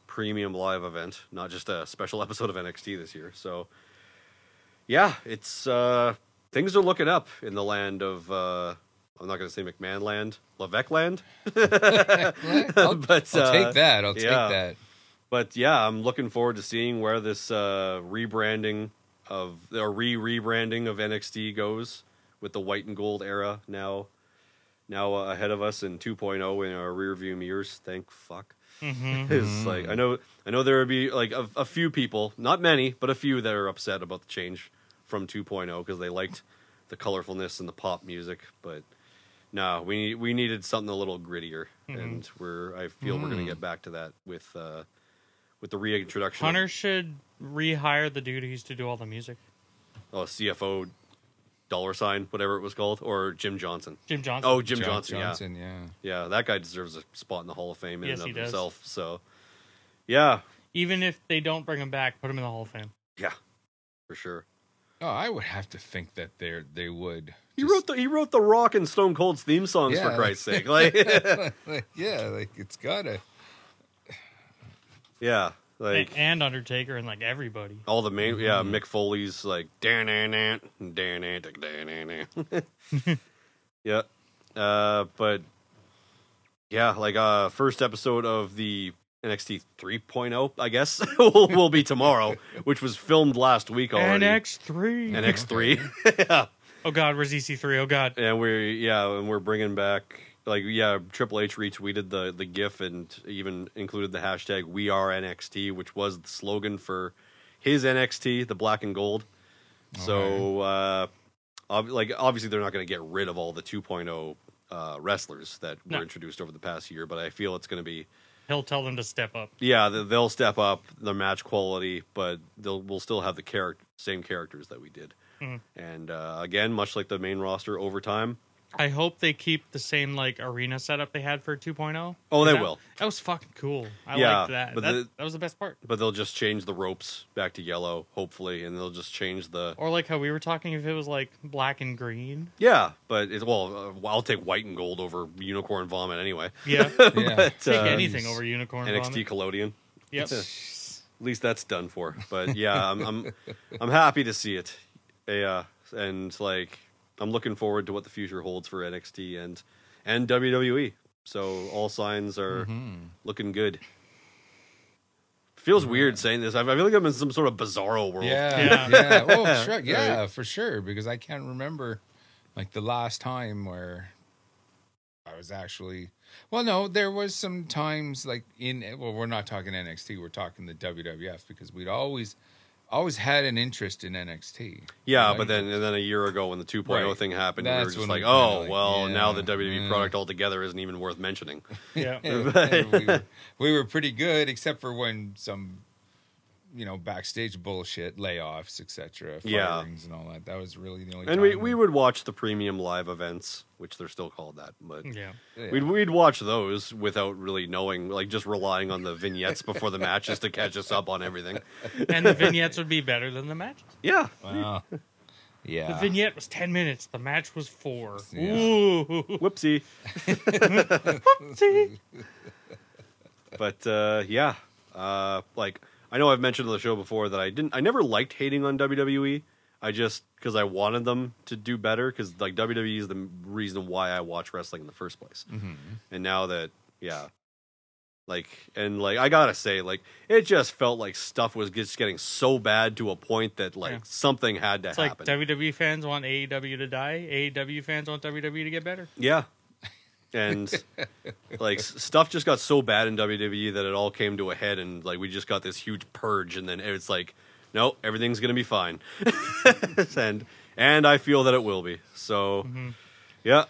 S4: premium live event, not just a special episode of NXT this year. So yeah, it's uh, things are looking up in the land of. Uh, I'm not going to say McMahon land, Levesque land,
S3: I'll,
S4: but
S3: I'll
S4: uh,
S3: take that. I'll
S4: yeah.
S3: take that.
S4: but yeah, I'm looking forward to seeing where this uh, rebranding of or re rebranding of NXT goes with the white and gold era now now uh, ahead of us in 2.0 in our rearview mirrors. Thank fuck.
S5: Mhm.
S4: It's like I know I know there would be like a, a few people, not many, but a few that are upset about the change from 2.0 because they liked the colorfulness and the pop music, but no, we we needed something a little grittier, and we're I feel we're gonna get back to that with uh, with the reintroduction. of-
S5: Hunter should rehire the dude who used to do all the music.
S4: oh CFO dollar sign whatever it was called or Jim Johnson.
S5: Jim Johnson.
S4: Oh, Jim
S3: Jo-
S4: Johnson, yeah.
S3: Johnson, yeah.
S4: Yeah, that guy deserves a spot in the Hall of Fame in
S5: Yes,
S4: and
S5: he
S4: of
S5: does.
S4: himself. So, yeah,
S5: Even if they don't bring him back, put him in the Hall of Fame.
S4: yeah, for sure.
S3: Oh, I would have to think that they are they would.
S4: He
S3: just-
S4: wrote the he wrote the Rock and Stone Cold's theme songs
S3: Yeah.
S4: for Christ's sake. Like,
S3: like, yeah, like it's gotta.
S4: yeah, like Mm-hmm.
S5: And- and Undertaker and like everybody.
S4: all the main yeah Mick Foley's like dan dan dan dan dan dan Yeah. Uh, but yeah, like uh, first episode of the NXT 3.0, oh, I guess, will, will be tomorrow, which was filmed last week already.
S5: NX3.
S4: NX3. yeah.
S5: Oh God, where's EC3? Oh God.
S4: And we're yeah, and we're bringing back like yeah, Triple H retweeted the the GIF and even included the hashtag We Are NXT, which was the slogan for his NXT, the black and gold. So uh, ob- like obviously they're not going to get rid of all the 2.0 uh, wrestlers that
S5: No.
S4: were introduced over the past year, but I feel it's going to be
S5: He'll tell them to step up.
S4: yeah th- they'll step up their match quality, but they'll we'll still have the character same characters that we did.
S5: Mhm.
S4: And uh, again, much like the main roster over time,
S5: I hope they keep the same like arena setup they had for 2.0.
S4: Oh, they
S5: that,
S4: will.
S5: That was fucking cool. I
S4: Yeah,
S5: liked that.
S4: but
S5: that,
S4: the-
S5: that was the best part.
S4: but they'll just change the ropes back to yellow, hopefully, and they'll just change the
S5: Or like how we were talking, if it was like black and green.
S4: yeah. But it's well, uh, I'll take white and gold over unicorn vomit anyway.
S5: Yeah.
S3: Yeah.
S4: But,
S5: Take
S4: uh,
S5: anything over unicorn.
S4: NXT
S5: Vomit.
S4: collodion.
S5: Yep.
S4: At least that's done for. But yeah, I'm I'm, I'm happy to see it. Yeah, and like I'm looking forward to what the future holds for NXT and and WWE. So all signs are
S5: Mm-hmm.
S4: looking good. Feels weird saying this. I I feel like I'm in some sort of bizarro world.
S3: Yeah, yeah.
S5: Yeah.
S3: Oh, sure. Yeah, for sure. Because I can't remember like the last time where I was actually. Well, no, there was some times like in. Well, we're not talking NXT. We're talking the WWF because we'd always, always had an interest in NXT.
S4: Yeah,
S3: Like-
S4: but then and then a year ago when the 2.0
S3: Right.
S4: thing happened, we
S3: That's
S4: were just
S3: when
S4: like,
S3: we kinda
S4: oh
S3: like,
S4: well, now
S3: yeah,
S4: the WWE
S3: yeah.
S4: product altogether isn't even worth mentioning.
S5: Yeah.
S3: And we, were, we were pretty good, except for when some, you know, backstage bullshit, layoffs, etc.,
S4: Yeah.
S3: firings, and all that. That was really the only.
S4: and we,
S3: time
S4: we would watch the premium live events, which they're still called that, but
S5: Yeah.
S3: Yeah.
S4: we'd we'd watch those without really knowing, like just relying on the vignettes before the matches to catch us up on everything.
S5: And the vignettes would be better than the match.
S4: Yeah,
S3: Wow. Yeah.
S4: Ah.
S5: The vignette was 10 minutes. The match was four.
S3: Yeah.
S5: Ooh.
S4: whoopsie.
S3: Mm,
S5: See?
S4: But uh, yeah, uh, like I know I've mentioned on the show before that I didn't, I never liked hating on WWE. I just because I wanted them to do better because like WWE is the reason why I watch wrestling in the first place.
S5: Mm-hmm.
S4: And now that yeah, like and like I gotta say, like it just felt like stuff was just getting so bad to a point that like
S5: Yeah.
S4: something had to
S5: It's like
S4: happen.
S5: WWE fans want AEW to die. AEW fans want WWE to get better.
S4: Yeah. And like s- stuff just got so bad in WWE that it all came to a head and like we just got this huge purge and then it's like no, everything's going to be fine. and and I feel that it will be. So
S3: Mm-hmm.
S4: yeah.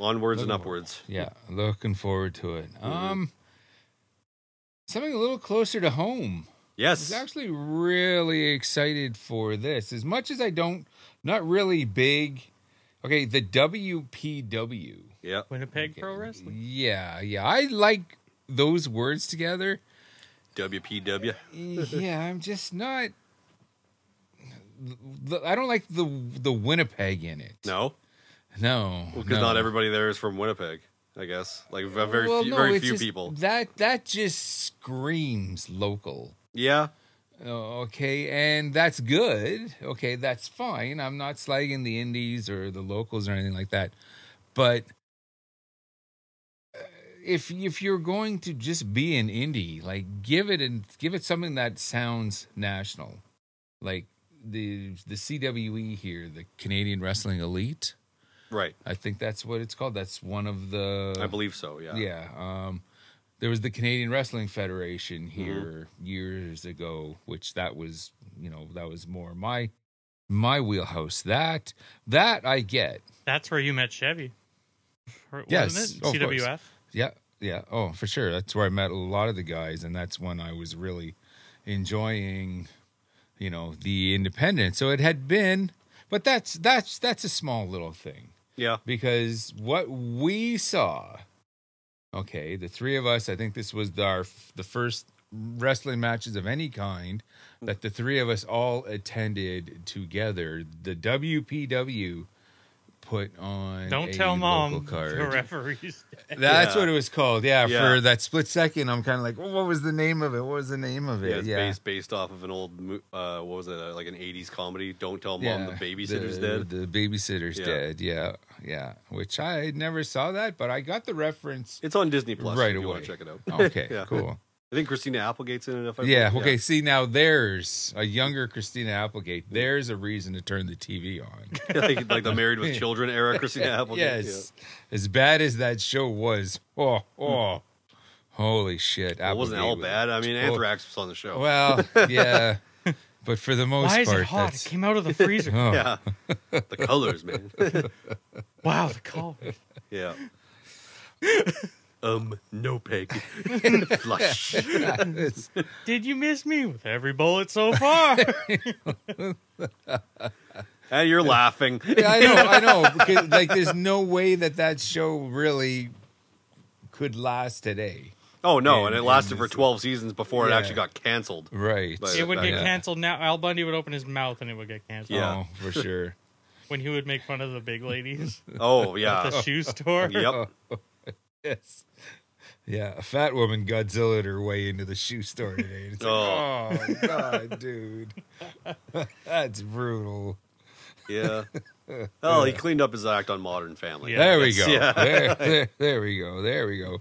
S4: Onwards and upwards.
S3: Yeah, looking forward to it. Um, something a little closer to home. I
S4: Yes.
S3: was actually really excited for this. As much as I don't, not really big. Okay, the WPW.
S4: Yeah.
S5: Winnipeg Pro Wrestling.
S3: Yeah, yeah. I like those words together.
S4: WPW.
S3: yeah, I'm just not. the- I don't like the the Winnipeg in it.
S4: No.
S3: no,
S4: Because
S3: no.
S4: not everybody there is from Winnipeg, I guess. Like v- very
S3: Well,
S4: few,
S3: no,
S4: very
S3: it's
S4: few
S3: just-
S4: people.
S3: That that just screams local.
S4: Yeah.
S3: Oh, okay, and that's good. Okay, that's fine. I'm not slagging the indies or the locals or anything like that. But uh, if if you're going to just be an indie, like give it and give it something that sounds national, like the the CWE here, the Canadian Wrestling Elite.
S4: Right.
S3: I think that's what it's called. That's one of the
S4: I believe so, yeah.
S3: yeah. Um, there was the Canadian Wrestling Federation here years ago, which that was, you know, that was more my my wheelhouse. That that I get.
S5: That's where you met Chevy. Wasn't
S3: Yes, oh,
S5: it?
S3: of
S5: CWF.
S3: course. Yeah, yeah. Oh, for sure. That's where I met a lot of the guys, and that's when I was really enjoying, you know, the independent. So it had been, but that's that's that's a small little thing
S4: Yeah.
S3: because what we saw okay the three of us i think this was the, our the first wrestling matches of any kind that the three of us all attended together the wpw put on.
S5: Don't
S3: a E
S5: tell
S3: local
S5: mom
S3: card.
S5: the referees.
S3: That's
S4: Yeah.
S3: what it was called. Yeah,
S4: Yeah.
S3: for that split second, I'm kind of like, well, what was the name of it? What was the name of
S4: Yeah,
S3: it?
S4: it's based based off of an old, mo- uh, what was it, uh, like an '80s comedy? Don't tell mom the babysitter's dead.
S3: The babysitter's
S4: Yeah.
S3: dead. Yeah, yeah. Which I never saw that, but I got the reference.
S4: It's on Disney Plus.
S3: Right
S4: if you
S3: away.
S4: want to check it out.
S3: Okay,
S4: Yeah.
S3: cool.
S4: I think Christina Applegate's in it. If I
S3: Yeah.
S4: remember.
S3: Okay. See, now there's a younger Christina Applegate. There's a reason to turn the TV on.
S4: like, like the Married with Children era, Christina Applegate.
S3: yes. As bad as that show was, oh, oh, holy shit!
S4: yeah. Well, it wasn't
S3: Applegate
S4: all
S3: was-
S4: bad. I mean,
S3: Oh,
S4: Anthrax was on the show.
S3: Well, yeah. But for the most
S5: Why is
S3: part,
S5: it hot? It
S3: that's-
S5: came out of the freezer.
S3: oh,
S4: yeah, the colors, man.
S5: Wow, the colors.
S4: yeah. Um, no peg. Flush.
S3: it's-
S5: Did you miss me with every bullet so far?
S4: And you're laughing.
S3: Yeah, I know, I know. Because, like, there's no way that that show really could last today.
S4: Oh no,
S3: And-
S4: and it
S3: and
S4: lasted for
S3: it's-
S4: 12 seasons before
S3: Yeah.
S4: it actually got canceled.
S3: Right.
S4: But-
S5: it would
S4: Yeah.
S5: get canceled now. Al Bundy would open his mouth and it would get canceled.
S4: Yeah.
S3: Oh, for sure.
S5: When he would make fun of the big ladies
S4: Oh
S5: at the
S4: yeah.
S5: shoe store.
S4: Yep.
S3: yes. Yeah, a fat woman Godzillaed her way into the shoe store today. It's like, oh.
S4: Oh.
S3: God, dude. That's brutal.
S4: Yeah. Oh, he cleaned up his act on Modern Family.
S5: Yeah.
S3: There we
S4: That's-
S3: go. There, there, there we go. There we go.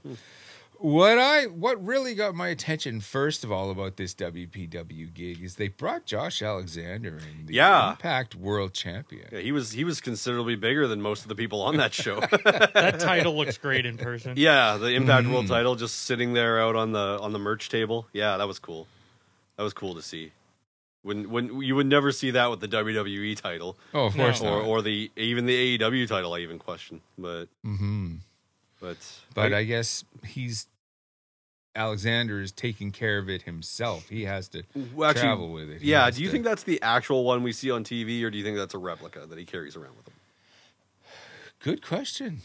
S3: What I what really got my attention first of all about this WPW gig is they brought Josh Alexander in, the
S4: Yeah.
S3: Impact World Champion.
S4: Yeah, he was he was considerably bigger than most of the people on that show.
S5: That title looks great in person.
S4: yeah, the Impact
S3: Mm.
S4: World title just sitting there out on the on the merch table. Yeah, that was cool. That was cool to see. When when you would never see that with the WWE title
S3: Oh, of course
S5: No.
S4: or
S3: not.
S4: or the even the AEW title I even question. But
S3: hmm
S4: but
S3: But I guess he's Alexander is taking care of it himself. He has to
S4: Well, actually,
S3: travel with it. He
S4: yeah,
S3: has
S4: do you
S3: to-
S4: think that's the actual one we see on TV or do you think that's a replica that he carries around with him?
S3: Good question.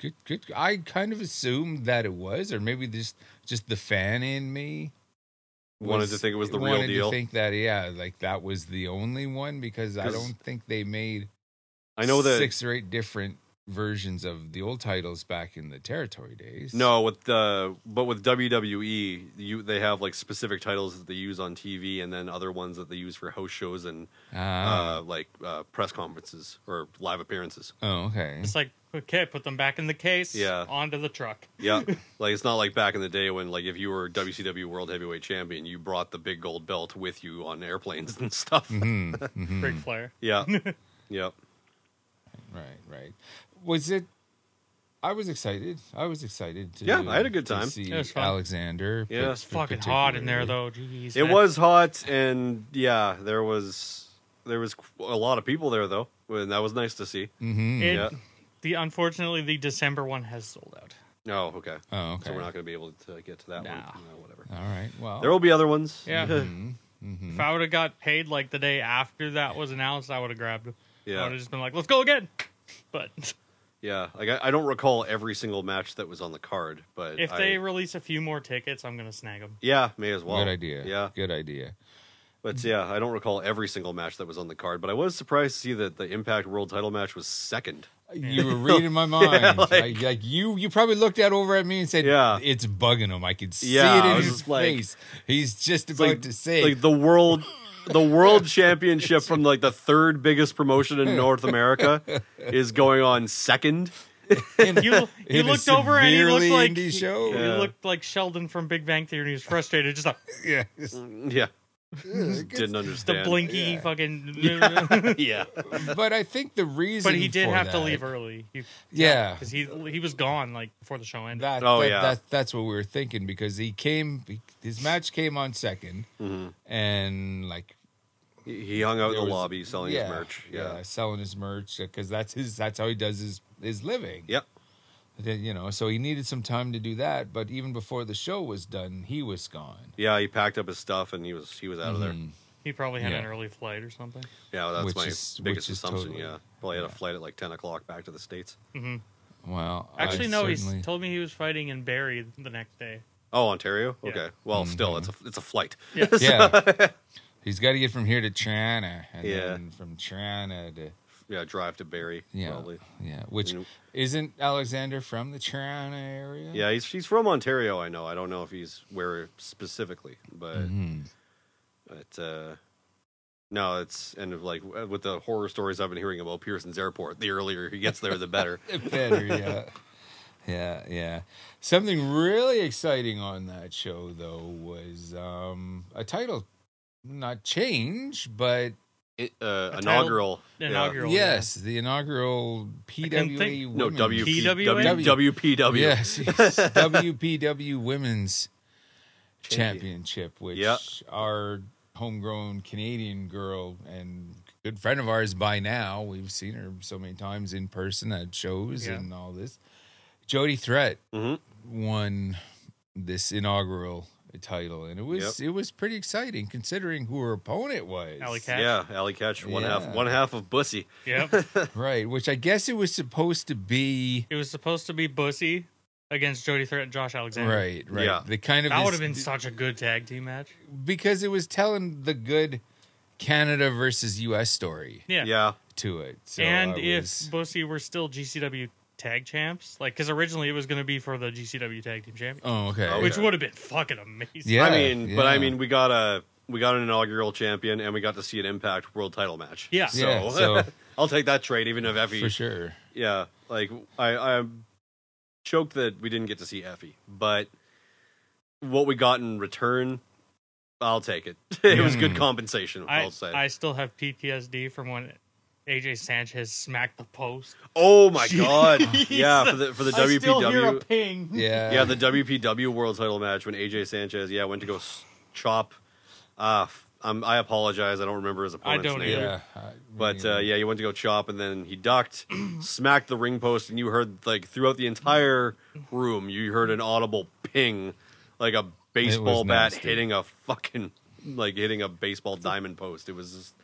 S3: good, good. I kind of assumed that it was, or maybe just just the fan in me
S4: Wanted to think it was the real
S3: wanted
S4: deal.
S3: To think that yeah, like that was the only one because I
S4: 'Cause-
S3: don't think they made
S4: I know that
S3: six or eight different versions of the old titles back in the territory days.
S4: No, with the but with WWE, you they have like specific titles that they use on TV, and then other ones that they use for house shows and
S3: Ah.
S4: uh, like uh, press conferences or live appearances.
S3: oh, okay.
S5: It's like, okay, put them back in the case.
S4: Yeah.
S5: Onto the truck.
S4: Yeah, like it's not like back in the day when like if you were WCW World Heavyweight Champion, you brought the big gold belt with you on airplanes and stuff.
S3: Mhm, mhm.
S5: Ric Flair.
S4: Yeah, yeah.
S3: Right, right. Was it? I was excited. I was excited to.
S4: Yeah, I had a good
S3: to
S4: time.
S3: see
S5: It was fun.
S3: Alexander.
S4: Yeah.
S5: It's fucking hot in there, though. Jeez,
S4: It
S5: that-
S4: was hot, and yeah, there was there was a lot of people there though, and that was nice to see.
S3: Mm-hmm.
S5: It,
S4: Yeah.
S5: The unfortunately, the December one has sold out.
S4: Oh, okay.
S3: oh, okay.
S4: So we're not going to be able to get to that one.
S5: Nah.
S4: No, whatever.
S3: All right. Well.
S4: There will be other ones.
S5: Yeah.
S3: Mhm, mhm.
S5: If I would have got paid like the day after that was announced, I would have grabbed him. I would
S4: yeah.
S5: have just been like, "Let's go again." But
S4: Yeah. Like I, I don't recall every single match that was on the card, but
S5: if
S4: I-
S5: they release a few more tickets, I'm gonna snag them.
S4: yeah, may as well.
S3: Good idea.
S4: Yeah.
S3: Good idea.
S4: But yeah, I don't recall every single match that was on the card, but I was surprised to see that the Impact World Title match was second.
S3: You were reading my mind. like,
S4: like-
S3: like you, you probably looked out over at me and said,
S4: Yeah.
S3: it's bugging him." I could see
S4: Yeah,
S3: it
S4: I
S3: in
S4: was
S3: his
S4: just like-
S3: face. He's just
S4: It's
S3: about
S4: like
S3: to say,
S4: like the world the world championship from like the third biggest promotion in North America is going on second.
S5: You,
S3: In
S5: you
S3: a
S5: looked over and you looked
S3: severely
S5: like
S3: indie show.
S5: you
S4: Yeah.
S5: looked like Sheldon from Big Bang Theory. and He was frustrated, just like
S3: yeah,
S4: Yeah. Didn't
S5: the
S4: understand.
S5: blinky
S3: Yeah.
S5: fucking.
S4: Yeah.
S3: But I think the reason,
S5: but he did
S3: for
S5: have to
S3: that-
S5: leave early. You,
S3: Yeah,
S5: because he he was gone like before the show ended.
S3: That,
S4: Oh,
S3: that-
S4: yeah.
S3: that- that's what we were thinking because he came, he- his match came on 2nd
S4: Mm-hmm.
S3: and like
S4: He he hung out in
S3: there
S4: the
S3: was-
S4: lobby selling
S3: yeah,
S4: his merch. Yeah.
S3: selling his merch because that's his, that's how he does his his living.
S4: Yep.
S3: Then, You know, so he needed some time to do that. But even before the show was done, he was gone.
S4: Yeah, he packed up his stuff and he was he was out of there.
S3: Mhm.
S5: He probably had an
S3: Yeah.
S5: early flight or something.
S4: Yeah, that's
S3: Which
S4: my
S3: is-
S4: biggest
S3: which is
S4: assumption.
S3: totally-
S4: yeah, probably had
S3: yeah.
S4: a flight at like ten o'clock back to the states.
S3: Well, I
S5: Actually, no.
S3: certainly-
S5: He told me he was fighting in Barry the next day.
S4: Oh, Ontario.
S5: Yeah.
S4: Okay. Well,
S3: Mm-hmm.
S4: still, it's a it's a flight.
S5: Yeah.
S3: yeah, he's got to get from here to China, and
S4: Yeah.
S3: then from China to
S4: yeah, drive to Barry.
S3: Yeah,
S4: Probably.
S3: yeah. Which
S4: You know-
S3: isn't Alexander from the Toronto area?
S4: Yeah, he's she's from Ontario. I know. I don't know if he's where specifically, but
S3: Mhm.
S4: but uh, no, it's and like with the horror stories I've been hearing about Pearson's Airport. The earlier he gets there, the better.
S3: better. Yeah, yeah, yeah. Something really exciting on that show though was um a title, not change, but
S4: It, uh,
S5: A title-
S4: inaugural, yeah.
S5: Inaugural.
S3: yes, the inaugural
S5: can't
S3: PWA.
S5: think-
S4: No,
S3: Women's-
S4: W P
S5: PWA?
S4: W WPW.
S3: Yes, yes. WPW Women's
S4: Champion.
S3: Championship, which
S4: Yeah.
S3: our homegrown Canadian girl and good friend of ours by now, we've seen her so many times in person at shows
S5: Yeah.
S3: and all this. Jody Threat
S4: Mhm.
S3: won this inaugural title, and it was it was pretty exciting considering who her opponent was.
S5: Alley Cat.
S4: Yeah, Alley Catch, one
S3: Yeah.
S4: half, one half of Bussy.
S5: Yep.
S3: Right, which I guess it was supposed to be.
S5: it was supposed to be Bussy against Jody Threat and Josh Alexander.
S3: Right, right.
S4: Yeah.
S3: The kind of
S5: That
S3: this-
S5: would have been such a good tag team match.
S3: because it was telling the good Canada versus U.S. story
S5: Yeah.
S4: Yeah,
S3: to it. So
S5: and
S3: I
S5: if
S3: was-
S5: Bussy were still GCW tag champs, like because originally it was going to be for the GCW tag team champion,
S3: oh okay,
S4: Oh,
S5: which
S4: yeah.
S5: would have been fucking amazing.
S3: Yeah.
S4: I mean, but I
S3: yeah.
S4: mean, we got a we got an inaugural champion, and we got to see an Impact World Title match.
S5: Yeah.
S4: so,
S3: Yeah, so-
S4: I'll take that trade, even if Effie.
S3: for sure.
S4: Yeah, like I I'm choked that we didn't get to see Effie, but what we got in return, I'll take it. it was good
S3: Mm.
S4: compensation.
S5: I
S4: will say.
S5: I still have PTSD from when AJ Sanchez smacked the post.
S4: oh my god! Yeah, for the for the
S5: I still hear a
S4: WPW.
S5: ping.
S3: Yeah,
S4: Yeah, the WPW World Title match when AJ Sanchez yeah went to go s- chop. Ah, f- um, I apologize. I don't remember his opponent's
S5: don't
S4: name.
S5: either.
S3: yeah. I
S4: But
S3: mean,
S4: uh, yeah, he went to go chop, and then he ducked, smacked the ring post, and you heard like throughout the entire room, you heard an audible ping, like a baseball bat
S3: nasty.
S4: hitting a fucking like hitting a baseball diamond post. It was just,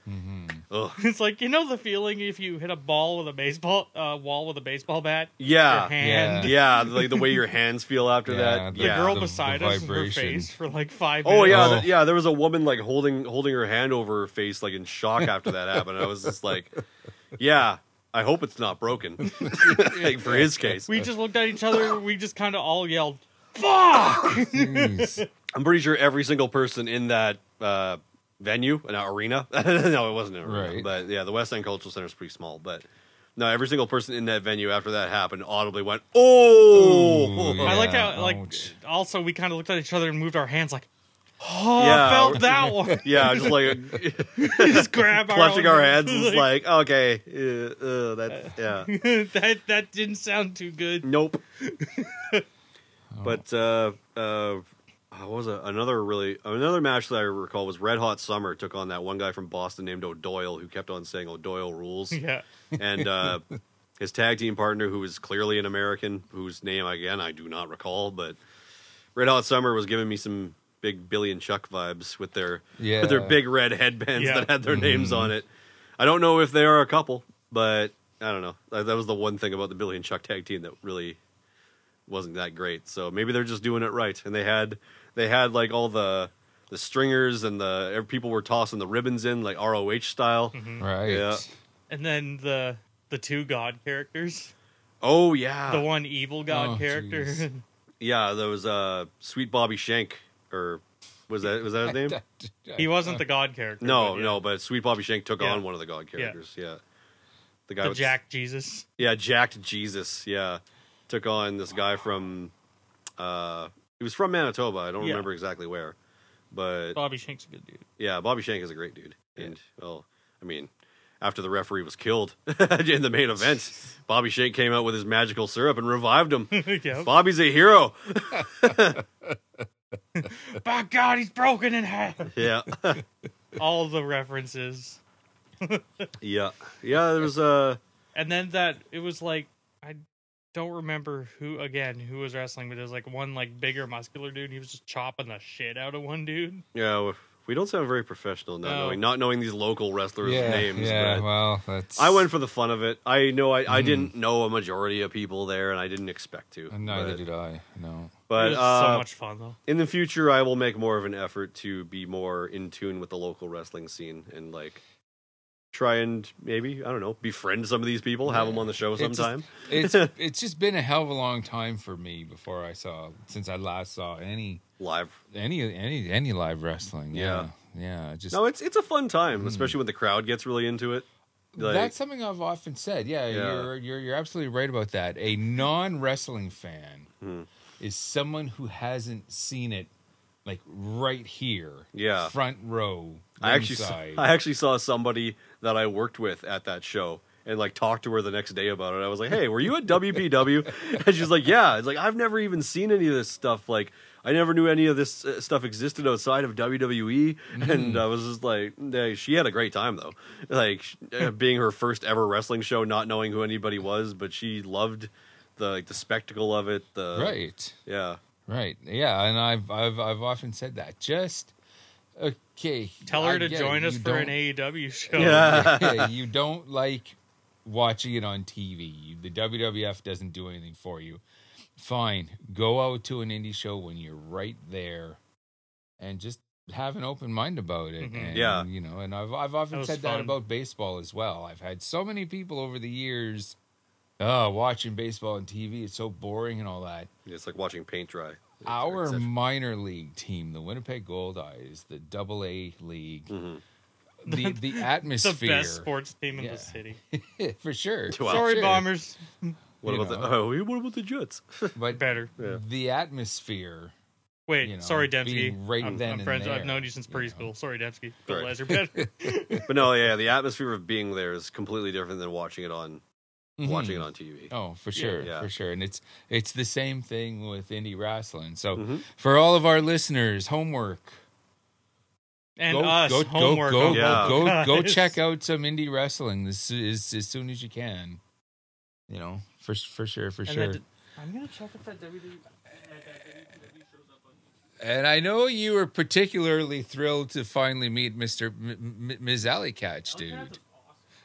S4: ugh.
S5: It's like you know the feeling if you hit a ball with a baseball uh, wall with a baseball bat. Your
S4: yeah,
S5: hand.
S4: yeah, like the way your hands feel after
S3: Yeah,
S4: that.
S3: the
S5: The
S4: yeah.
S5: girl
S3: the-
S5: beside
S3: the
S5: us, her
S3: vibration.
S5: face for like five.
S4: Oh
S5: minutes.
S4: yeah,
S3: Oh.
S4: th- yeah. There was a woman like holding holding her hand over her face, like in shock after that happened. I was just like, "Yeah, I hope it's not broken." like, for his case,
S5: We just looked at each other. We just kind of all yelled, "Fuck!"
S3: jeez.
S4: I'm pretty sure every single person in that uh, venue, uh, not arena. no, it wasn't an arena,
S3: Right.
S4: but yeah, the West End Cultural Center is pretty small. But no, every single person in that venue after that happened audibly went, "Oh,
S3: Ooh,
S5: I like
S3: Yeah,
S5: how like
S3: ouch.
S5: also we kind of looked at each other and moved our hands like, "Oh,
S4: Yeah.
S5: I felt that one."
S4: yeah," just like
S5: just grab our
S4: clutching
S5: own-
S4: our hands. It's like, okay, uh, uh, that's yeah.
S5: that that didn't sound too good.
S4: Nope.
S3: Oh.
S4: But uh, uh, what was it? another really another match that I recall was Red Hot Summer took on that one guy from Boston named O'Doyle who kept on saying O'Doyle rules,
S5: Yeah,
S4: and uh, his tag team partner who was clearly an American whose name again I do not recall, but Red Hot Summer was giving me some big Billy and Chuck vibes with their
S3: Yeah.
S4: with their big red headbands
S5: Yeah.
S4: that had their names on it. I don't know if they are a couple, but I don't know. That, that was the one thing about the Billy and Chuck tag team that really wasn't that great. So maybe they're just doing it right. And they had they had like all the the stringers and the ev- people were tossing the ribbons in like ROH style.
S5: Mm-hmm.
S3: right.
S4: Yeah.
S5: and then the the two god characters,
S4: Oh yeah,
S5: the one evil god
S3: Oh,
S5: character.
S3: jeez.
S4: yeah. There was uh, Sweet Bobby Shank or was that was that his name?
S5: he wasn't the god character.
S4: No,
S5: but yeah.
S4: no, but Sweet Bobby Shank took
S5: Yeah.
S4: on one of the God characters. Yeah. The guy
S5: the
S4: with
S5: Jack Jesus.
S4: Yeah, Jacked Jesus. Yeah. Took on this guy from uh he was from Manitoba. I don't
S5: Yeah.
S4: remember exactly where. But
S5: Bobby Shank's a good dude.
S4: yeah, Bobby Shank is a great dude. And well, I mean, after the referee was killed in the main event, Bobby Shank came out with his magical syrup and revived him.
S5: yep.
S4: Bobby's a hero.
S5: By God, he's broken in half.
S4: Yeah.
S5: All the references.
S4: yeah. Yeah, there was uh
S5: And then that it was like I don't remember who again who was wrestling, but it was like one like bigger muscular dude. He was just chopping the shit out of one dude.
S4: yeah, we don't sound very professional not
S5: No.
S4: knowing not knowing these local wrestlers'
S3: yeah,
S4: names,
S3: Yeah,
S4: but-
S3: well, Hmm. that's
S4: I went for the fun of it. I know I, I didn't know a majority of people there, and I didn't expect to.
S3: And neither
S4: but
S3: did I. No.
S5: It
S4: but,
S5: was
S4: uh,
S5: so much fun though.
S4: in the future, I will make more of an effort to be more in tune with the local wrestling scene and like try and maybe I don't know befriend some of these people, have them on the show
S3: It's just-
S4: sometime.
S3: It's it's, just been a hell of a long time for me before I saw since I last saw any
S4: Live.
S3: any any any live wrestling. Yeah, yeah. I just
S4: No, it's it's a fun time, especially when the crowd gets really into it. Like,
S3: Hmm. that's something I've often said. Yeah,
S4: Yeah.
S3: You're, you're you're absolutely right about that. A non wrestling fan
S4: Hmm.
S3: is someone who hasn't seen it like right here.
S4: Yeah.
S3: front row.
S4: I actually saw,
S3: ringside.
S4: I actually saw somebody that I worked with at that show and like talked to her the next day about it. I was like, "Hey, were you at WPW?" And she's like, "Yeah." It's like I've never even seen any of this stuff. Like I never knew any of this uh, stuff existed outside of WWE.
S3: Mm.
S4: And I was just like, hey, she had a great time though. Like sh- uh, being her first ever wrestling show, not knowing who anybody was, but she loved the like, the spectacle of it. The
S3: right.
S4: yeah.
S3: Right. Yeah, and I've I've I've often said that. Just okay.
S5: Tell her
S3: I
S5: to
S3: get
S5: join
S3: it.
S5: us
S3: You
S5: for an
S3: don't-
S5: AEW show.
S4: Yeah.
S3: Yeah, you don't like watching it on TV. You- The WWF doesn't do anything for you. Fine. Go out to an indie show when you're right there and just have an open mind about it.
S5: Mhm.
S3: And,
S4: Yeah.
S3: You know, and I've I've
S5: That
S3: often
S5: was
S3: said
S5: fun.
S3: that about baseball as well. I've had so many people over the years Oh, watching baseball on TV, it's so boring and all that.
S4: It's like watching paint dry.
S3: Our
S4: Except-
S3: minor league team, the Winnipeg Gold Eyes, the Double A league, the the
S5: the
S3: atmosphere,
S5: best sports team in
S3: Yeah.
S5: the city.
S3: for sure.
S4: Well,
S5: Sorry,
S3: sure.
S5: Bombers.
S4: What
S3: you
S4: about the
S3: know.
S4: oh, what about the Jets?
S3: But
S5: Better.
S4: Yeah.
S3: the atmosphere,
S5: Wait,
S3: you know,
S5: sorry, Dembski.
S3: being right
S5: I'm,
S3: then
S5: I'm
S3: and
S5: friends.
S3: there,
S5: I've known you since
S3: you know.
S5: preschool. Sorry, Dembski. Bill
S4: Right.
S5: Lazor. Better.
S4: But no, yeah, the atmosphere of being there is completely different than watching it on watching it
S3: Mhm.
S4: on TV.
S3: Oh, for sure,
S4: yeah.
S3: for sure, and it's it's the same thing with indie wrestling. So
S4: Mhm.
S3: for all of our listeners, homework.
S5: And
S3: go,
S5: us.
S3: go,
S5: homework.
S3: Go, go,
S4: Oh,
S3: go,
S4: Yeah.
S3: go
S5: guys.
S3: check out some indie wrestling this is as soon as you can. You know, for for sure, for
S5: And
S3: sure.
S5: that- I'm gonna check if that WWE.
S3: And I know you were particularly thrilled to finally meet Mr. M- M- Ms. Alley Catch,
S5: Oh,
S3: dude.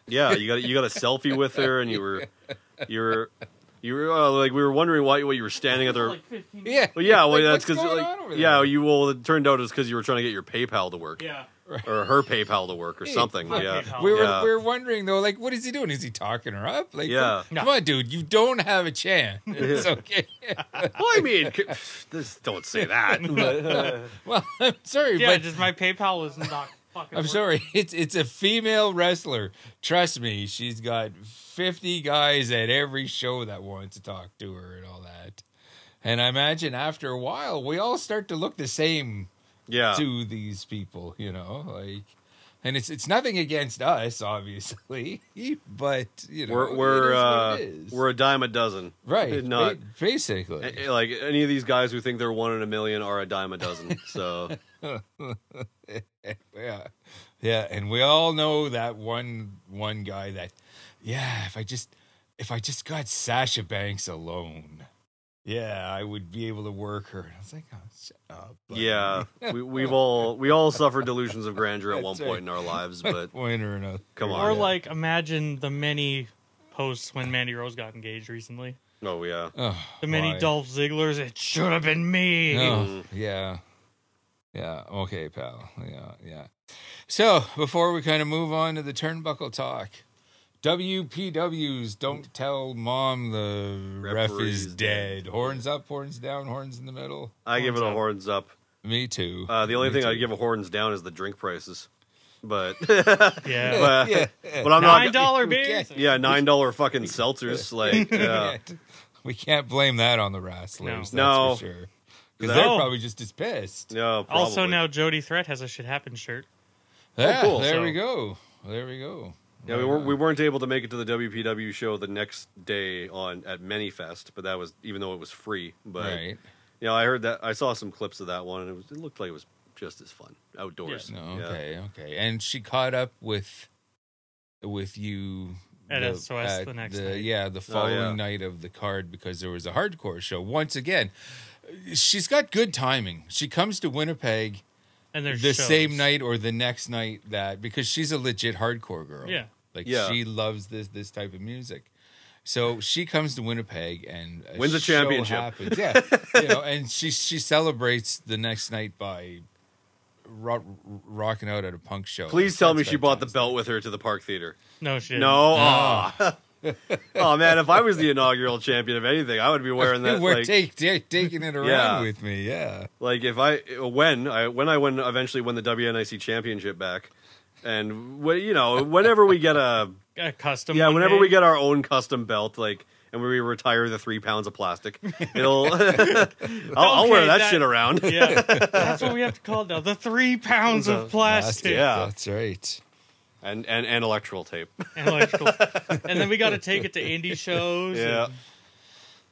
S4: Yeah, you got you got a selfie with her, and you were you were you were uh, like we were wondering why why you were standing at the.
S5: Like 15
S3: Yeah.
S4: Well, yeah, well,
S3: Like,
S4: that's
S3: what's
S4: because
S3: going
S4: like
S3: on over there?
S4: yeah, you well, it turned out it's because you were trying to get your PayPal to work
S5: Yeah.
S4: or her PayPal to work or
S3: Hey,
S4: something.
S5: fuck
S4: Yeah,
S5: PayPal.
S3: We were
S4: Yeah.
S3: we were wondering though, like, what is he doing? Is he talking her up? Like,
S4: Yeah.
S3: come, come on, dude, you don't have a chance. It's okay.
S4: well, I mean, c- this don't say that. But, uh,
S3: well, I'm sorry,
S5: Yeah.
S3: but
S5: Just my PayPal was not fucking.
S3: I'm
S5: working.
S3: sorry. It's it's a female wrestler. Trust me, she's got 50 guys at every show that want to talk to her and all that. And I imagine after a while, we all start to look the same
S4: yeah,
S3: to these people, you know, like, and it's it's nothing against us, obviously, but you know,
S4: we're
S3: it
S4: we're
S3: is what
S4: uh,
S3: it is.
S4: we're a dime a dozen,
S3: right,
S4: Not
S3: ba- basically,
S4: Eh, eh, like any of these guys who think they're one in a million are a dime a dozen. So
S3: yeah, yeah, and we all know that one one guy that, yeah, if I just if I just got Sasha Banks alone, yeah, I would be able to work her. And I was like, oh, shut up, buddy.
S4: yeah, we, we've all we all suffered delusions of grandeur at one
S3: That's right.
S4: point in our lives, but
S3: Point or another.
S4: come on.
S5: Or
S4: yeah.
S5: like, imagine the many posts when Mandy Rose got engaged recently.
S4: oh yeah,
S3: Oh,
S5: The many
S3: my.
S5: Dolph Ziggler's. It should have been me.
S3: Oh, yeah. Yeah. Okay, pal. Yeah. Yeah. So before we kind of move on to the turnbuckle talk, WPWs don't tell mom the ref
S4: Referee's
S3: is
S4: dead.
S3: dead. Horns up, horns down, horns in the middle.
S4: I give it a
S5: up.
S4: horns up.
S3: Me too.
S4: Uh, the only
S3: Me
S4: thing I
S3: too.
S4: give a horns down is the drink prices, but
S5: Yeah.
S4: but,
S3: Yeah.
S4: but I'm
S5: Nine
S4: not.
S5: dollar
S3: Yeah.
S5: beers.
S4: yeah, nine dollar fucking seltzers. Like yeah,
S3: Can't- we can't blame that on the wrestlers.
S4: No.
S3: That's for sure. Because
S4: No.
S3: they're probably just as pissed.
S4: no. Probably.
S5: Also now Jody Threat has a shit happen shirt.
S3: Yeah,
S4: Oh, cool.
S3: There
S5: So-
S3: we go. There we go.
S4: Yeah, we weren't we weren't able to make it to the WPW show the next day on at Manyfest, but that was even though it was free. But
S3: Right.
S4: Yeah, I heard that. I saw some clips of that one, and it, was, it looked like it was just as fun outdoors.
S3: No,
S4: Yeah.
S3: okay, okay. And she caught up with with you
S5: At SOS the next night. Oh,
S3: Yeah, the following
S4: yeah.
S3: night of the card because there was a hardcore show. Once again, she's got good timing. She comes to Winnipeg
S5: And there's
S3: the
S5: shows.
S3: same night or the next night that because she's a legit hardcore girl.
S5: Yeah.
S3: Like
S4: Yeah.
S3: she loves this this type of music. So she comes to Winnipeg and
S4: Wins a
S3: show
S4: championship.
S3: happens. Yeah, you know, and she she celebrates the next night by ro- rocking out at a punk show.
S4: Please tell me
S3: That's
S4: she bought the belt with her to the Park Theater.
S5: No shit.
S4: No. Oh. oh man, if I was the inaugural champion of anything, I would be wearing that.
S3: We're
S4: like,
S3: take, take, taking it around
S4: Yeah.
S3: with me. Yeah.
S4: like if I when I when I win eventually win the WNIC championship back, and wh- you know whenever we get a
S5: A custom.
S4: yeah
S5: one
S4: whenever
S5: day.
S4: we get our own custom belt like. And we retire the three pounds of plastic. It'll. I'll, I'll wear
S5: Okay,
S4: that,
S5: that-
S4: shit around.
S5: Yeah, that's what we have to call it now. The three pounds of plastic
S4: Yeah.
S3: That's right.
S4: And, and and electoral tape.
S5: and electrical, and then we got to take it to indie shows.
S4: Yeah.
S5: and,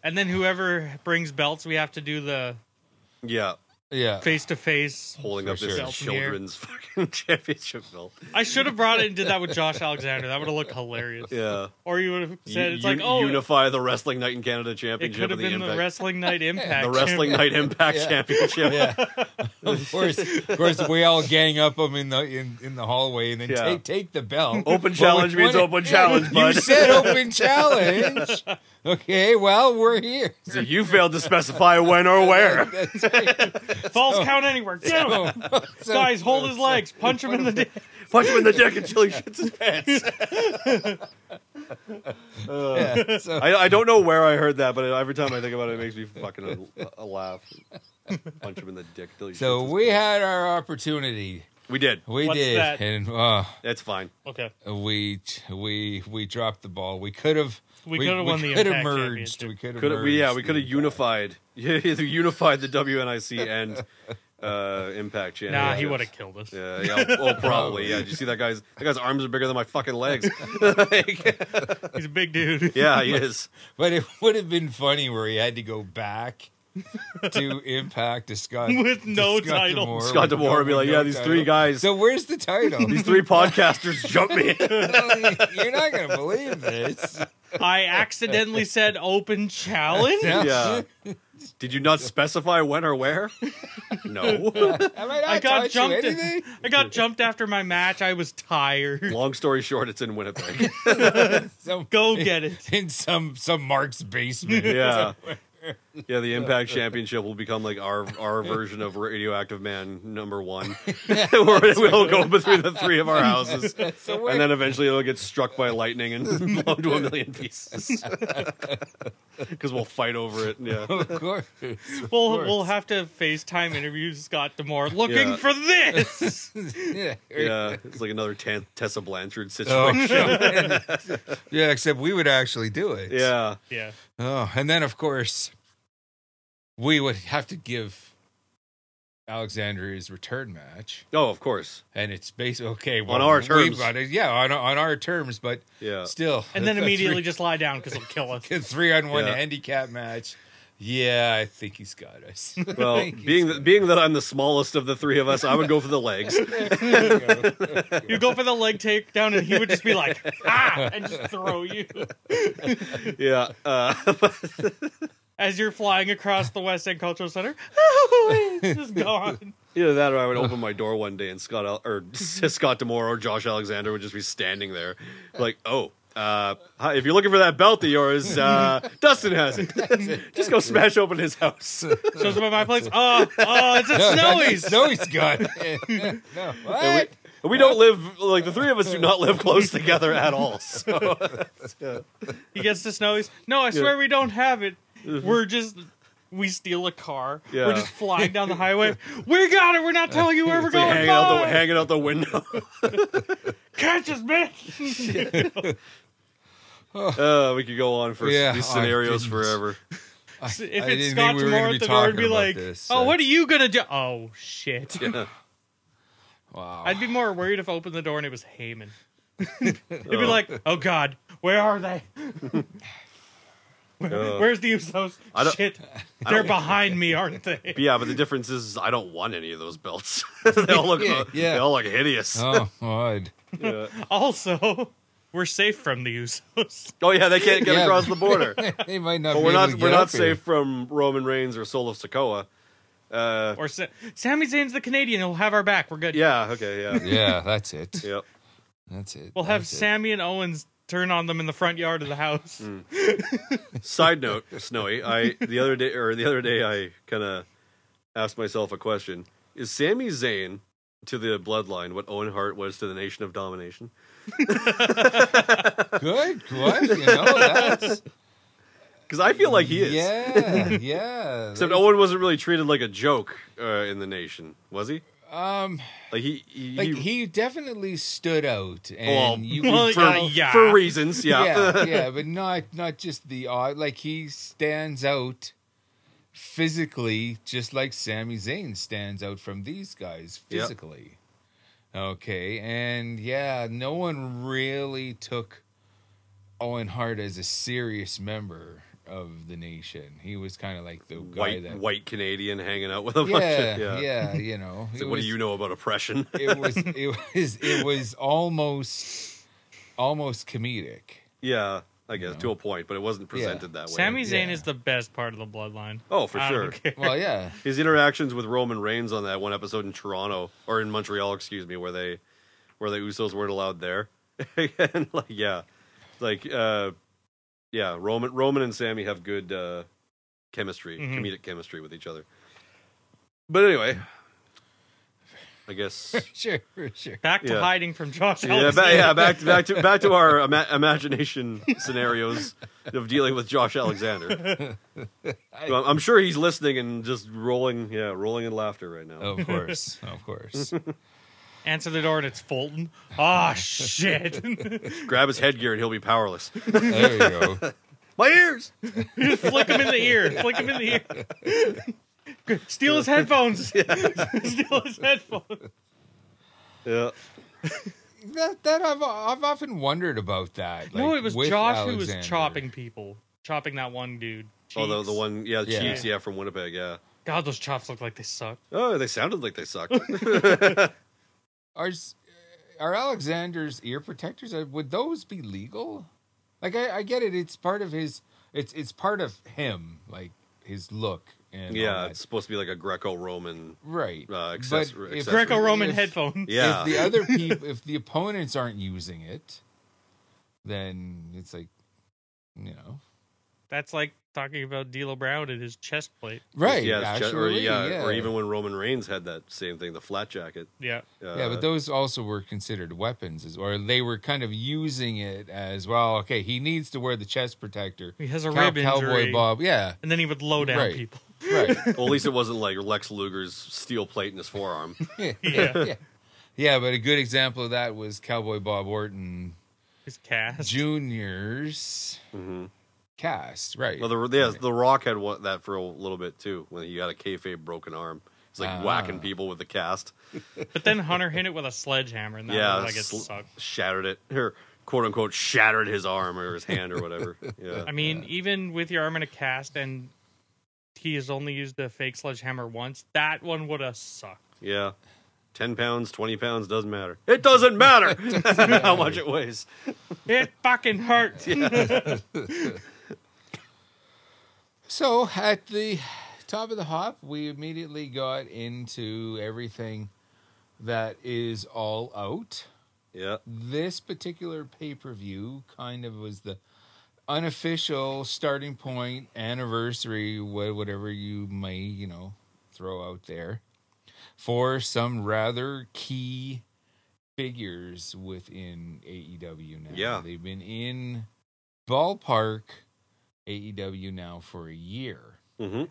S5: and then whoever brings belts, we have to do the
S4: Yeah.
S3: Yeah.
S5: face to face.
S4: Holding up this
S3: sure.
S5: Belt in the air.
S4: children's fucking championship belt.
S5: I should have brought it and did that with Josh Alexander. That would have looked hilarious.
S4: Yeah.
S5: Or you would have said
S4: U-
S5: it's
S4: un-
S5: like, oh,
S4: unify the wrestling night in Canada
S5: it
S4: championship.
S5: could have
S4: and
S5: been
S4: impact,
S5: the wrestling night impact.
S4: the wrestling night impact
S3: Yeah.
S4: championship.
S3: Yeah. Of course, of course, we all gang up them in the in, in the hallway and then
S4: Yeah.
S3: take take the belt.
S4: Open
S3: But
S4: challenge
S3: which
S4: means
S3: one-
S4: open challenge,
S3: You
S4: bud.
S3: said open challenge. Okay, well we're here.
S4: So you failed to specify when or where.
S3: That's right.
S5: Falls count anywhere. Get him.
S3: So-
S5: Guys, hold his legs. Punch him in the dick.
S4: Punch him in the dick until he shits his pants. Uh,
S3: Yeah, so-
S4: I, I don't know where I heard that, but every time I think about it, it makes me fucking a, a laugh. Punch him in the dick till he shits
S3: So
S4: his
S3: we
S4: pants.
S3: had our opportunity.
S4: we did.
S3: We
S5: What's
S3: did,
S5: that?
S3: and uh,
S4: That's fine.
S5: Okay.
S3: we we we dropped the ball. We could have
S5: We coulda won the
S3: coulda
S5: Impact
S3: merged.
S5: Championship.
S3: We could have
S4: Could we? Yeah, we could have unified. Yeah, unified the WNIC and uh, Impact championship.
S5: Nah, he would have killed us.
S4: Yeah, yeah. Oh, probably. Yeah. Did you see that guy's? That guy's arms are bigger than my fucking legs. Like,
S5: He's a big dude.
S4: yeah, he is.
S3: But it would have been funny where he had to go back to Impact to Scott
S5: With no
S3: to Scott
S5: title.
S3: DeMore.
S4: Scott
S3: With
S4: DeMore would be
S3: no-
S4: like,
S3: no
S4: "Yeah, these three
S3: title."
S4: guys,
S3: So where's the title?
S4: these three podcasters jumped me."
S3: You're not gonna believe this.
S5: I accidentally said open challenge.
S4: yeah. Did you not specify when or where? No.
S3: Am I not
S5: I got
S3: taught
S5: jumped.
S3: you anything?
S5: I got jumped after my match. I was tired.
S4: Long story short, it's in Winnipeg.
S3: Some,
S5: Go get it.
S3: in some some Mark's basement.
S4: Yeah. Yeah, the Impact Championship will become like our our version of Radioactive Man number one. Where we'll go between the three of our houses.
S3: So where,
S4: And then eventually it'll get struck by lightning and blown to a million pieces. Because we'll fight over it. Yeah.
S3: of course.
S5: We'll
S3: course.
S5: we'll have to FaceTime interview Scott Demore looking
S4: Yeah.
S5: for this.
S3: Yeah.
S4: Yeah. It's like another Tan- Tessa Blanchard
S3: Oh,
S4: situation.
S3: man. yeah, except we would actually do it.
S4: Yeah.
S5: yeah.
S3: Oh, and then of course, we would have to give Alexander his return match,
S4: Oh, of course.
S3: and it's basically okay well,
S4: On our
S3: we've
S4: terms.
S3: got it- yeah, on on our terms, but
S4: Yeah.
S3: still.
S5: And then
S3: a
S5: immediately just lie down because it'll kill us.
S3: three, a three on one
S4: Yeah.
S3: handicap match. Yeah, I think he's got us. I
S4: Well,
S3: think he's
S4: being
S3: got
S4: that, being that I'm the smallest of the three of us, I would go for the legs.
S5: You go for the leg takedown, and he would just be like, ah, and just throw you
S4: Yeah, uh,
S5: as you're flying across the West End Cultural Center. it's just gone.
S4: either that or I would open my door one day and Scott Al- or Scott Demore or Josh Alexander would just be standing there, like, oh, uh, hi, if you're looking for that belt of yours, uh, Dustin has it. just go smash open his house.
S5: Shows up at my place. Oh, oh, it's a snowies.
S3: Snowy's got it. no, what?
S4: We don't live like the three of us do not live close together at all. So
S5: He gets to snowies. No, I swear we don't have it. We're just we steal a car.
S4: Yeah.
S5: We're just flying down the highway. We got it. We're not telling you where we're going.
S4: hanging out the
S5: Bye.
S4: hanging out the window.
S5: Catch us, man.
S4: Uh, we could go on for
S3: Yeah, Oh,
S4: these
S3: I
S4: scenarios
S3: didn't.
S4: forever.
S5: if it's
S3: didn't think
S5: Scott
S3: we were gonna
S5: tomorrow
S3: be
S5: at the door, it'd
S3: talking
S5: be
S3: about
S5: like,
S3: this,
S5: "Oh,
S3: so-
S5: what are you gonna do?" Oh shit!
S4: Yeah.
S3: Wow.
S5: I'd be more worried if I opened the door and it was Heyman. It'd be like, "Oh God, where are they? Where-
S4: Uh.
S5: Where's the Usos?
S4: I don't-
S5: Shit, they're behind me, aren't they?"
S4: Yeah, but the difference is I don't want any of those belts. they all look uh,
S3: Yeah, yeah.
S4: they all look hideous.
S3: oh, odd.
S4: Yeah.
S5: Also, we're safe from the Usos.
S4: Oh yeah, they can't get
S3: Yeah.
S4: across the border.
S3: They might not.
S4: But
S3: be
S4: we're
S3: able
S4: not
S3: to
S4: we're
S3: get
S4: not
S3: up here.
S4: safe from Roman Reigns or Soul of Sokoa. Uh,
S5: Or Sa- Sami Zayn's the Canadian. He'll have our back. We're good.
S4: yeah. Okay. Yeah.
S3: Yeah, that's it.
S4: yep.
S3: That's it.
S5: We'll have
S3: That's it.
S5: Sammy and Owens turn on them in the front yard of the house.
S4: Side note, Snowy. I the other day or the other day I kind of asked myself a question: Is Sami Zayn to the bloodline what Owen Hart was to the Nation of Domination.
S3: Good, good. You know, that's
S4: Because I feel like he is.
S3: yeah, yeah.
S4: Except Owen wasn't really treated like a joke uh, in the Nation, was he?
S3: Um,
S4: Like he, he,
S3: like he definitely stood out,
S4: Well,
S3: and you
S5: well,
S3: could
S4: for,
S5: Uh, yeah.
S4: for reasons, yeah.
S3: yeah, yeah, but not not just the odd. Like he stands out physically, just like Sami Zayn stands out from these guys
S4: Yep.
S3: physically. Okay, and yeah, no one really took Owen Hart as a serious member of the nation. He was kind of like the guy
S4: white
S3: that,
S4: white Canadian hanging out with a bunch
S3: yeah,
S4: of
S3: yeah,
S4: yeah.
S3: you know.
S4: So
S3: it
S4: what
S3: was-
S4: do you know about oppression?
S3: It was it was it was almost almost comedic.
S4: yeah, I guess
S3: No.
S4: to a point, but it wasn't presented that way.
S5: Sami Zayn
S3: Yeah.
S5: is the best part of the bloodline.
S4: Oh, for
S3: Um,
S5: I
S4: sure.
S5: don't care.
S3: Well, yeah.
S4: His interactions with Roman Reigns on that one episode in Toronto or in Montreal, excuse me, where they where the Usos weren't allowed there. and like yeah. Like uh yeah, Roman Roman and Sammy have good uh chemistry,
S5: Mhm.
S4: comedic chemistry with each other. But anyway, I guess
S3: Sure, sure.
S5: Back to
S4: Yeah.
S5: hiding from Josh.
S4: yeah,
S5: Alexander.
S4: ba- yeah, back to back to back to our ima- imagination scenarios of dealing with Josh Alexander. Well, I'm sure he's listening and just rolling, yeah, rolling in laughter right now.
S3: Of course, of course.
S5: Answer the door and it's Fulton. Ah, shit.
S4: Grab his headgear and he'll be powerless.
S3: There you go.
S4: My ears.
S5: Flick him in the ear. Flick him in the ear. Steal his headphones. Steal his headphones.
S4: Yeah,
S3: That, that I've I've often wondered about that.
S5: no,
S3: like,
S5: it was
S3: with
S5: Josh who
S3: Alexander.
S5: was chopping people. Chopping that one dude.
S4: oh, the,
S5: Cheeks.
S4: the one, yeah, the
S3: Yeah.
S4: Chiefs, yeah, from Winnipeg, yeah.
S5: God, those chops look like they suck.
S4: Oh, they sounded like they sucked.
S3: Are s- are Alexander's ear protectors? uh, Would those be legal? Like I, I get it. It's part of his. It's it's part of him. Like his look and all
S4: yeah,
S3: that.
S4: it's supposed to be like a Greco-Roman.
S3: right.
S4: uh, access-
S3: But if-
S4: accessory.
S5: Greco-Roman
S3: if-
S5: headphones.
S4: Yeah,
S3: If the other people, if the opponents aren't using it, then it's like, you know,
S5: That's like talking about D'Lo Brown and his chest plate.
S3: right?
S4: yeah, it's ju- or,
S3: actually,
S4: yeah, or
S3: yeah.
S4: even when Roman Reigns had that same thing, the flat jacket.
S5: Yeah.
S4: Uh,
S3: yeah, but those also were considered weapons, as- or they were kind of using it as well. Okay, he needs to wear the chest protector.
S5: He has a
S3: Cow-
S5: rib
S3: Cowboy
S5: injury.
S3: Bob, yeah,
S5: And then he would low down
S3: Right.
S5: people.
S3: right.
S4: Well, at least it wasn't like Lex Luger's steel plate in his forearm.
S3: yeah.
S5: Yeah.
S3: yeah, yeah. But a good example of that was Cowboy Bob Orton
S5: His cast.
S3: Junior's
S4: Mhm.
S3: cast, right?
S4: Well, the yeah, the Rock had one, that for a little bit too when he had a kayfabe broken arm. He's like
S3: Ah.
S4: whacking people with the cast.
S5: But then Hunter hit it with a sledgehammer, and that
S4: yeah,
S5: looked like it
S4: sl-
S5: sucked.
S4: shattered it or quote unquote shattered his arm or his hand or whatever. Yeah,
S5: I mean, even with your arm in a cast, and he has only used a fake sledgehammer once, that one would have sucked.
S4: yeah. Ten pounds, twenty pounds doesn't matter. It doesn't matter how much it weighs.
S5: It fucking hurts.
S3: So at the top of the hop, we immediately got into everything that is all out.
S4: Yeah,
S3: This particular pay per view kind of was the unofficial starting point, anniversary, wha- whatever you may, you know, throw out there for some rather key figures within AEW now.
S4: Yeah.
S3: They've been in ballpark AEW now for a year.
S4: hmm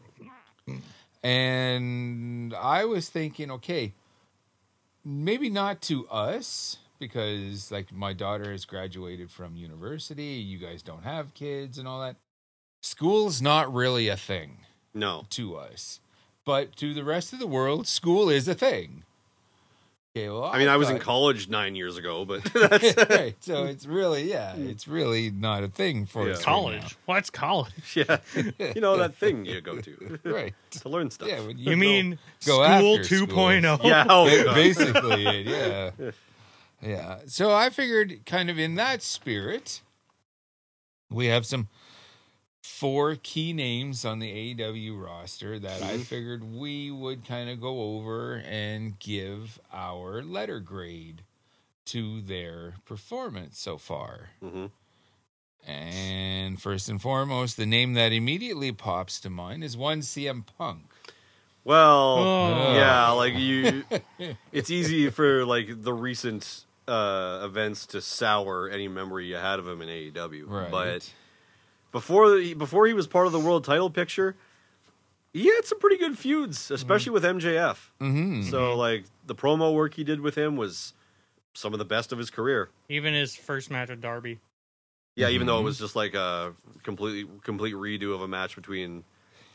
S3: And I was thinking, okay, maybe not to us because like my daughter has graduated from university, you guys don't have kids and all that. School's not really a thing
S4: no,
S3: to us. But to the rest of the world, school is a thing. Okay, well,
S4: I mean I was in
S3: thought-
S4: college nine years ago, but that's
S3: right. So it's really, yeah, it's really not a thing for
S4: Yeah.
S3: us. right
S5: Mm. college. What's college?
S4: yeah, you know that thing you go to
S3: now. Right.
S4: to learn stuff.
S3: Yeah.
S4: Yeah,
S3: when
S5: You mean
S3: go
S5: school
S3: after school.
S5: 2.0?
S4: oh,
S3: Ba-
S4: God.
S3: basically it, yeah. Yeah. So I figured kind of in that spirit, we have some four key names on the AEW roster that I figured we would kind of go over and give our letter grade to their performance so far.
S4: Mhm.
S3: And first and foremost, the name that immediately pops to mind is one CM Punk.
S4: Well,
S5: Oh.
S4: yeah, like you, it's easy for like the recent uh, events to sour any memory you had of him in AEW.
S3: Right.
S4: But before the, before he was part of the world title picture, he had some pretty good feuds, especially with MJF.
S3: Mm-hmm.
S4: So like the promo work he did with him was some of the best of his career.
S5: Even his first match with Darby.
S4: Yeah,
S3: Mm-hmm.
S4: even though it was just like a completely complete redo of a match between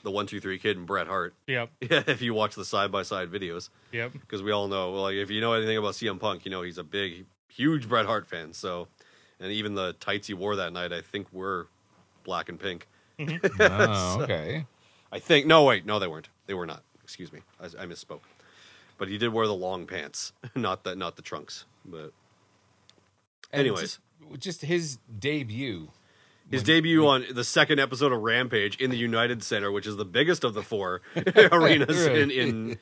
S4: the one two three kid and Bret Hart.
S5: Yep.
S4: Yeah, if you watch the side by side videos,
S5: Yep.
S4: because we all know, like, if you know anything about CM Punk, you know he's a big, huge Bret Hart fan. So, and even the tights he wore that night, I think were black and pink.
S3: Oh, okay.
S4: I think no, wait, no, they weren't. They were not. Excuse me, I, I misspoke. But he did wear the long pants, not the not the trunks. But
S3: And
S4: Anyways.
S3: just, just his debut.
S4: His debut on the second episode of Rampage in the United Center, which is the biggest of the four arenas in in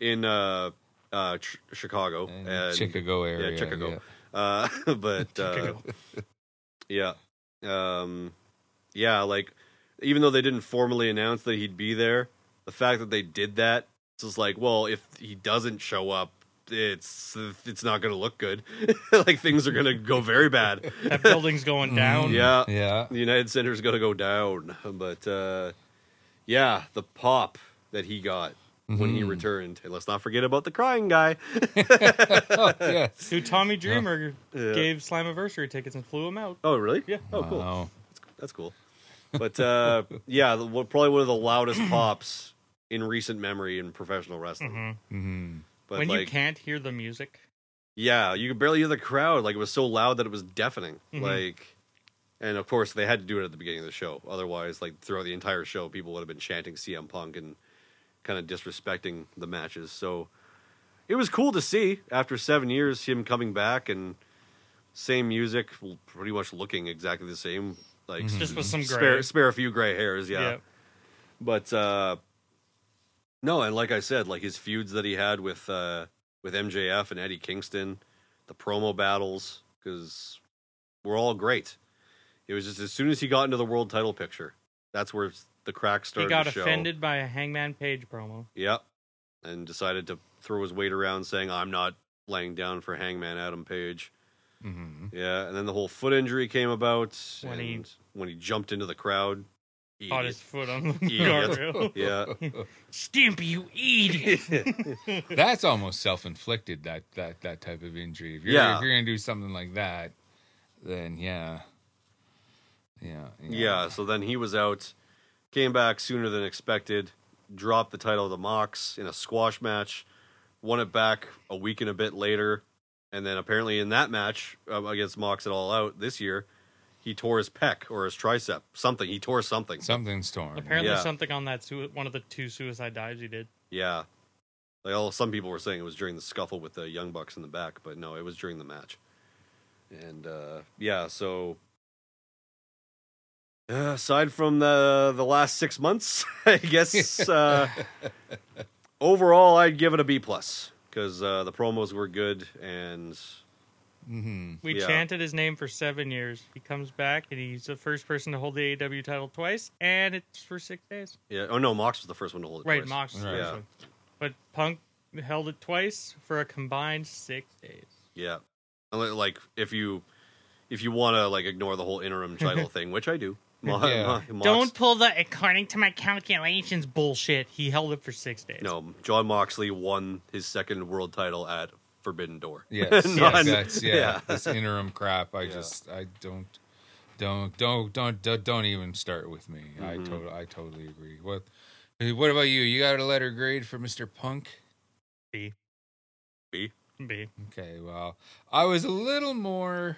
S4: in uh, uh, Ch- Chicago,
S3: in
S4: And-
S3: Chicago area.
S4: yeah, Chicago. Uh, but uh, yeah, um, yeah, like even though they didn't formally announce that he'd be there, the fact that they did that it's just like, well, if he doesn't show up. It's it's not gonna look good. like things are gonna go very bad.
S5: That building's going down.
S4: Yeah,
S3: Yeah.
S4: the United Center's going to go down. But uh, yeah, the pop that he got when he returned. And let's not forget about the crying guy.
S3: Yes.
S5: Who Tommy Dreamer
S4: Yeah.
S5: gave Slammiversary tickets and flew him out.
S4: Oh, really?
S5: Yeah.
S4: Oh, cool.
S3: Wow.
S4: That's cool. But uh, yeah, the, one- probably one of the loudest pops in recent memory in professional wrestling.
S5: Mhm.
S3: Mhm.
S4: But
S5: when
S4: like,
S5: you can't hear the music.
S4: yeah, you could barely hear the crowd. Like it was so loud that it was deafening.
S5: Mhm.
S4: Like, and of course they had to do it at the beginning of the show. Otherwise, like throughout the entire show, people would have been chanting CM Punk and kind of disrespecting the matches. So it was cool to see after seven years him coming back and same music, l- pretty much looking exactly the same. Like
S5: Just with some gray.
S4: spare spare a few gray hairs, yeah.
S5: Yep.
S4: But uh no, and like I said, like his feuds that he had with uh with MJF and Eddie Kingston, the promo battles, because were all great. It was just as soon as he got into the world title picture, that's where the crack started.
S5: He got
S4: to show.
S5: offended by a Hangman Page promo.
S4: Yep. And decided to throw his weight around saying, I'm not laying down for Hangman Adam Page.
S3: Mhm.
S4: Yeah. And then the whole foot injury came about.
S5: When
S4: and
S5: he-
S4: when he jumped into the crowd.
S5: Caught his foot on the
S4: Idiot.
S5: guardrail.
S4: Yeah.
S5: Stimpy, you idiot!
S3: That's almost self-inflicted. That that that type of injury. If you're
S4: Yeah.
S3: if you're gonna do something like that, then yeah, yeah,
S4: Yeah, so then he was out, came back sooner than expected, dropped the title to Mox in a squash match, won it back a week and a bit later, and then apparently in that match um, against Mox at All Out this year, he tore his pec or his tricep, something. He tore something.
S3: Something's torn.
S5: Apparently,
S4: Yeah.
S5: something on that sui- one of the two suicide dives he did.
S4: Yeah. Like all, some people were saying it was during the scuffle with the Young Bucks in the back, but no, it was during the match. And uh, yeah, so uh, aside from the the last six months, I guess uh, overall I'd give it a B plus because uh, the promos were good and
S3: hmm
S5: We
S4: Yeah.
S5: chanted his name for seven years. He comes back and he's the first person to hold the AEW title twice, and it's for six days.
S4: yeah. Oh no, Mox was the first one to hold it.
S5: Right,
S4: twice.
S5: Mox. is the
S3: Right.
S5: first
S4: Yeah.
S5: one. But Punk held it twice for a combined six days.
S4: Yeah, Unli- like if you if you want to like ignore the whole interim title thing, which I do. Mo-
S3: Yeah.
S4: Mo- Mox-
S5: Don't pull the according to my calculations bullshit. He held it for six days.
S4: No, John Moxley won his second world title at Forbidden Door.
S3: Yes,
S4: Not-
S3: yes, that's yeah,
S4: yeah.
S3: This interim crap. I just I don't don't don't don't don't, don't even start with me. I
S4: Mm-hmm.
S3: totally I totally agree. What hey, what about you? You got a letter grade for Mister Punk?
S5: B.
S4: B?
S5: B.
S3: Okay, well I was a little more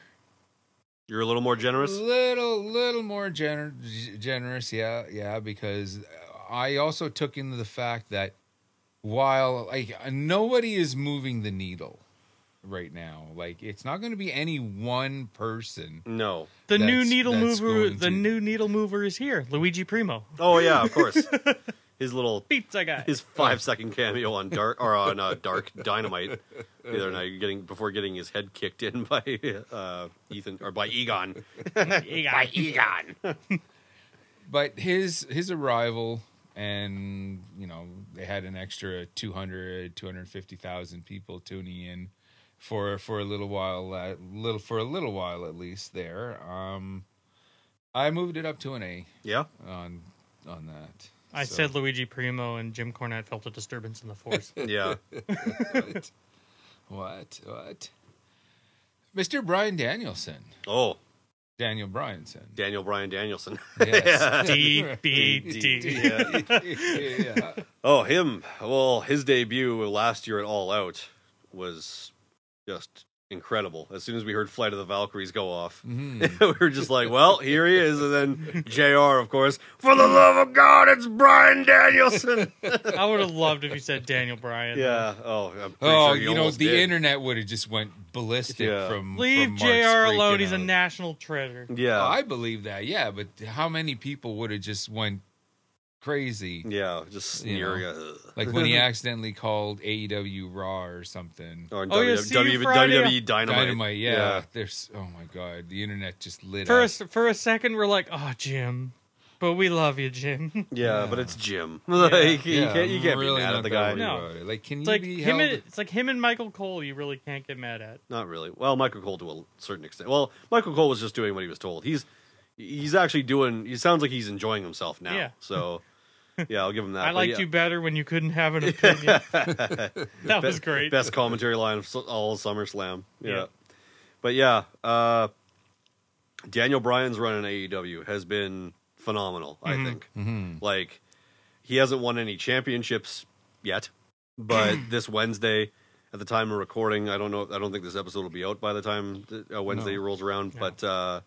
S4: You're a little more generous.
S3: little little more gener- g- generous yeah yeah because i also took into the fact that while like nobody is moving the needle right now like it's not going to be any one person
S4: No.
S5: The new
S3: That's-
S5: needle
S3: that's
S5: mover.
S3: going
S5: The
S3: to-
S5: new needle mover is here. Luigi Primo,
S4: Oh yeah, of course. his little
S5: pizza guy.
S4: his five second cameo on Dark or on uh, Dark Dynamite the other night, getting before getting his head kicked in by uh, Ethan or by Egon.
S5: Egon.
S3: but his his arrival and you know they had an extra 200 250,000 people tuning in for for a little while uh, little for a little while at least there um i moved it up to an a
S4: Yeah.
S3: on on that
S5: I
S3: So-
S5: said Luigi Primo and Jim Cornette felt a disturbance in the force.
S4: Yeah.
S3: what what mr brian danielson
S4: Oh,
S3: daniel bryanson
S4: Daniel Bryan Danielson.
S3: yes
S5: D B D.
S4: yeah.
S3: yeah.
S4: Oh, him. Well, his debut last year at All Out was just incredible. As soon as we heard Flight of the Valkyries go off,
S3: Mm-hmm.
S4: we were just like, well, here he is. And then JR, of course, for the love of God, it's Brian Danielson.
S5: I would have loved if you said Daniel Bryan.
S4: yeah. Oh, I'm pretty
S3: Oh,
S4: sure he
S3: you know
S4: almost
S3: the
S4: did.
S3: internet would have just went ballistic
S4: Yeah.
S3: from
S5: Leave
S3: from
S5: JR
S3: Mark's freaking
S5: alone. He's a
S3: out. Oh,
S5: national treasure.
S4: Yeah.
S3: I believe that, yeah. But how many people would have just went crazy,
S4: yeah. Just
S3: You know.
S4: sneering. uh,
S3: like when he accidentally called AEW Raw or something?
S4: Or
S5: Oh, yeah,
S4: WW-
S5: see you
S4: WWE
S5: Friday.
S4: E Dynamite.
S3: Dynamite, yeah. There's oh my god, the internet just lit
S5: For
S3: up.
S5: a, s- for a second, we're like, oh, Jim. But we love you, Jim.
S4: Yeah, but it's Jim. Like, you
S3: Yeah,
S4: can't, you
S3: I'm
S4: can't
S3: really
S4: be mad
S3: not
S4: at the
S3: that
S4: guy.
S3: worried
S5: No.
S3: about it. Like, can
S5: It's
S3: you
S5: like
S3: be
S5: him.
S3: held?
S5: And, it's like him and Michael Cole. You really can't get mad at.
S4: Not really. Well, Michael Cole to a certain extent. Well, Michael Cole was just doing what he was told. He's he's actually doing. He sounds like he's enjoying himself now.
S5: Yeah.
S4: So yeah, I'll give him that.
S5: I
S4: But
S5: liked
S4: yeah,
S5: you better when you couldn't have an opinion. that was great.
S4: Best commentary line of s- all SummerSlam. Yeah.
S5: Yeah.
S4: But yeah, uh, Daniel Bryan's run in AEW has been phenomenal.
S5: Mm-hmm.
S4: I think. Like he hasn't won any championships yet, but
S5: Mm-hmm.
S4: this Wednesday. At the time of recording, I don't know. I don't think this episode will be out by the time uh, Wednesday
S3: No.
S4: rolls around. But uh,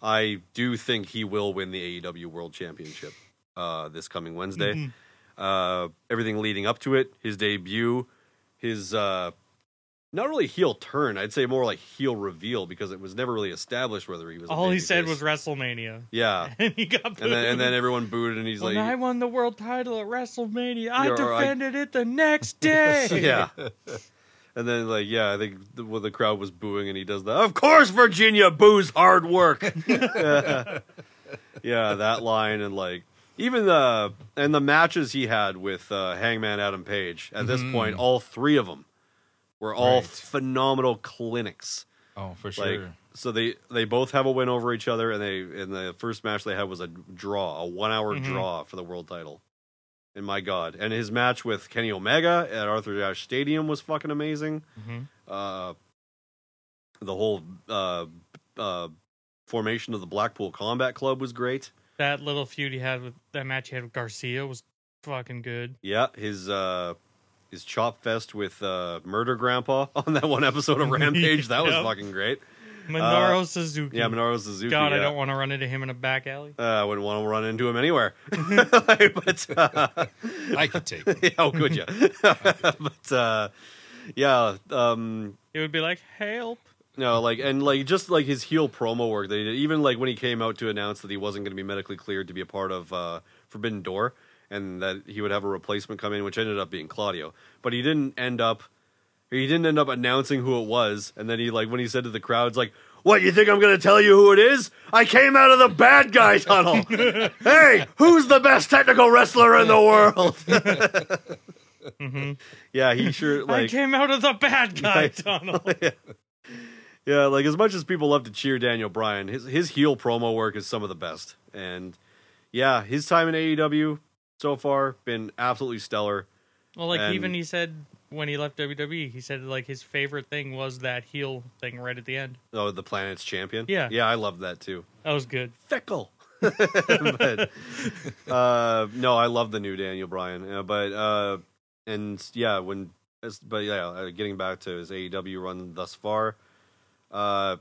S4: I do think he will win the AEW World Championship uh, this coming Wednesday.
S5: Mm-hmm.
S4: Uh, everything leading up to it, his debut, his uh, not really heel turn. I'd say more like heel reveal because it was never really established whether he was. a
S5: All he
S4: babyface.
S5: said was WrestleMania,
S4: "Yeah,"
S5: and he got booed.
S4: and then and then everyone booed, and he's
S5: When I
S4: like,
S5: won the world title at WrestleMania, I
S4: Yeah, or I-
S5: defended it the next day.
S4: "Yeah." And then, like, yeah, I think the, well, the crowd was booing, and he does that. Of course, Virginia boos hard work. yeah, that line and like even the and the matches he had with uh, Hangman Adam Page at this point, all three of them were all
S3: Right.
S4: phenomenal clinics.
S3: oh, for
S4: Like
S3: sure.
S4: so they they both have a win over each other, and they in the first match they had was a draw, a one hour
S5: Mm-hmm.
S4: draw for the world title. And my God, and his match with Kenny Omega at Arthur Ashe Stadium was fucking amazing.
S5: Mhm.
S4: Uh, the whole uh, uh, formation of the Blackpool Combat Club was great.
S5: That little feud he had with that match he had with Garcia was fucking good.
S4: Yeah, his uh his chop fest with uh Murder Grandpa on that one episode of Rampage. That was
S5: Yep.
S4: fucking great.
S5: Minoru Suzuki.
S4: Uh, Yeah, Minoru Suzuki.
S5: God, I
S4: yeah.
S5: don't want to run into him in a back alley.
S4: uh, I wouldn't want to run into him anywhere. but uh,
S3: I could take. It.
S4: how could you? but uh, yeah, um,
S5: It would be like, help.
S4: no, like and like just like his heel promo work. They did, even like when he came out to announce that he wasn't going to be medically cleared to be a part of uh, Forbidden Door, and that he would have a replacement come in, which ended up being Claudio. But he didn't end up. He didn't end up announcing who it was, and then he like when he said to the crowds like. What you think I'm gonna tell you who it is? I came out of the bad guy tunnel. hey, who's the best technical wrestler in the world? Yeah, he sure like
S5: I came out of the bad guy tunnel.
S4: Yeah, like as much as people love to cheer Daniel Bryan, his his heel promo work is some of the best. And yeah, his time in AEW so far been absolutely stellar.
S5: Well, like
S4: And-
S5: even he said when he left WWE, he said like his favorite thing was that heel thing right at the end.
S4: Oh, the planet's champion.
S5: Yeah.
S4: yeah, I love that too.
S5: That was good.
S4: Fickle. but uh, no, I love the new Daniel Bryan. Uh, but uh, and yeah, when as- but yeah, uh, getting back to his AEW run thus far, uh,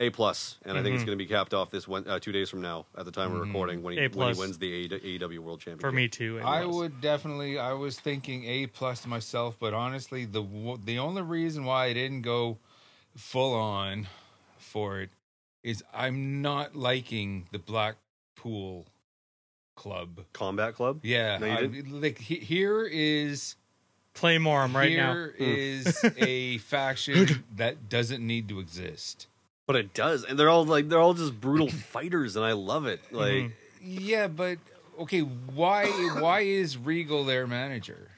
S4: A plus, and I think it's going to be capped off this one uh, two days from now at the time of recording when he,
S5: Mm-hmm. A
S4: when
S5: plus.
S4: he wins the E AEW AEW World Championship.
S5: For me too.
S3: I
S5: anyways.
S3: would definitely. I was thinking A plus myself, but honestly, the wo- the only reason why I didn't go full on for it is I'm not liking the Blackpool Club.
S4: Combat Club.
S3: Yeah,
S4: No, you
S3: I-
S4: didn't?
S3: like he, here is
S5: Claymore him right now. Hmm.
S3: here is a faction that doesn't need to exist.
S4: But it does, and they're all like they're all just brutal fighters, and I love it. Like
S5: Mhm.
S3: Yeah, but okay, why why is Regal their manager?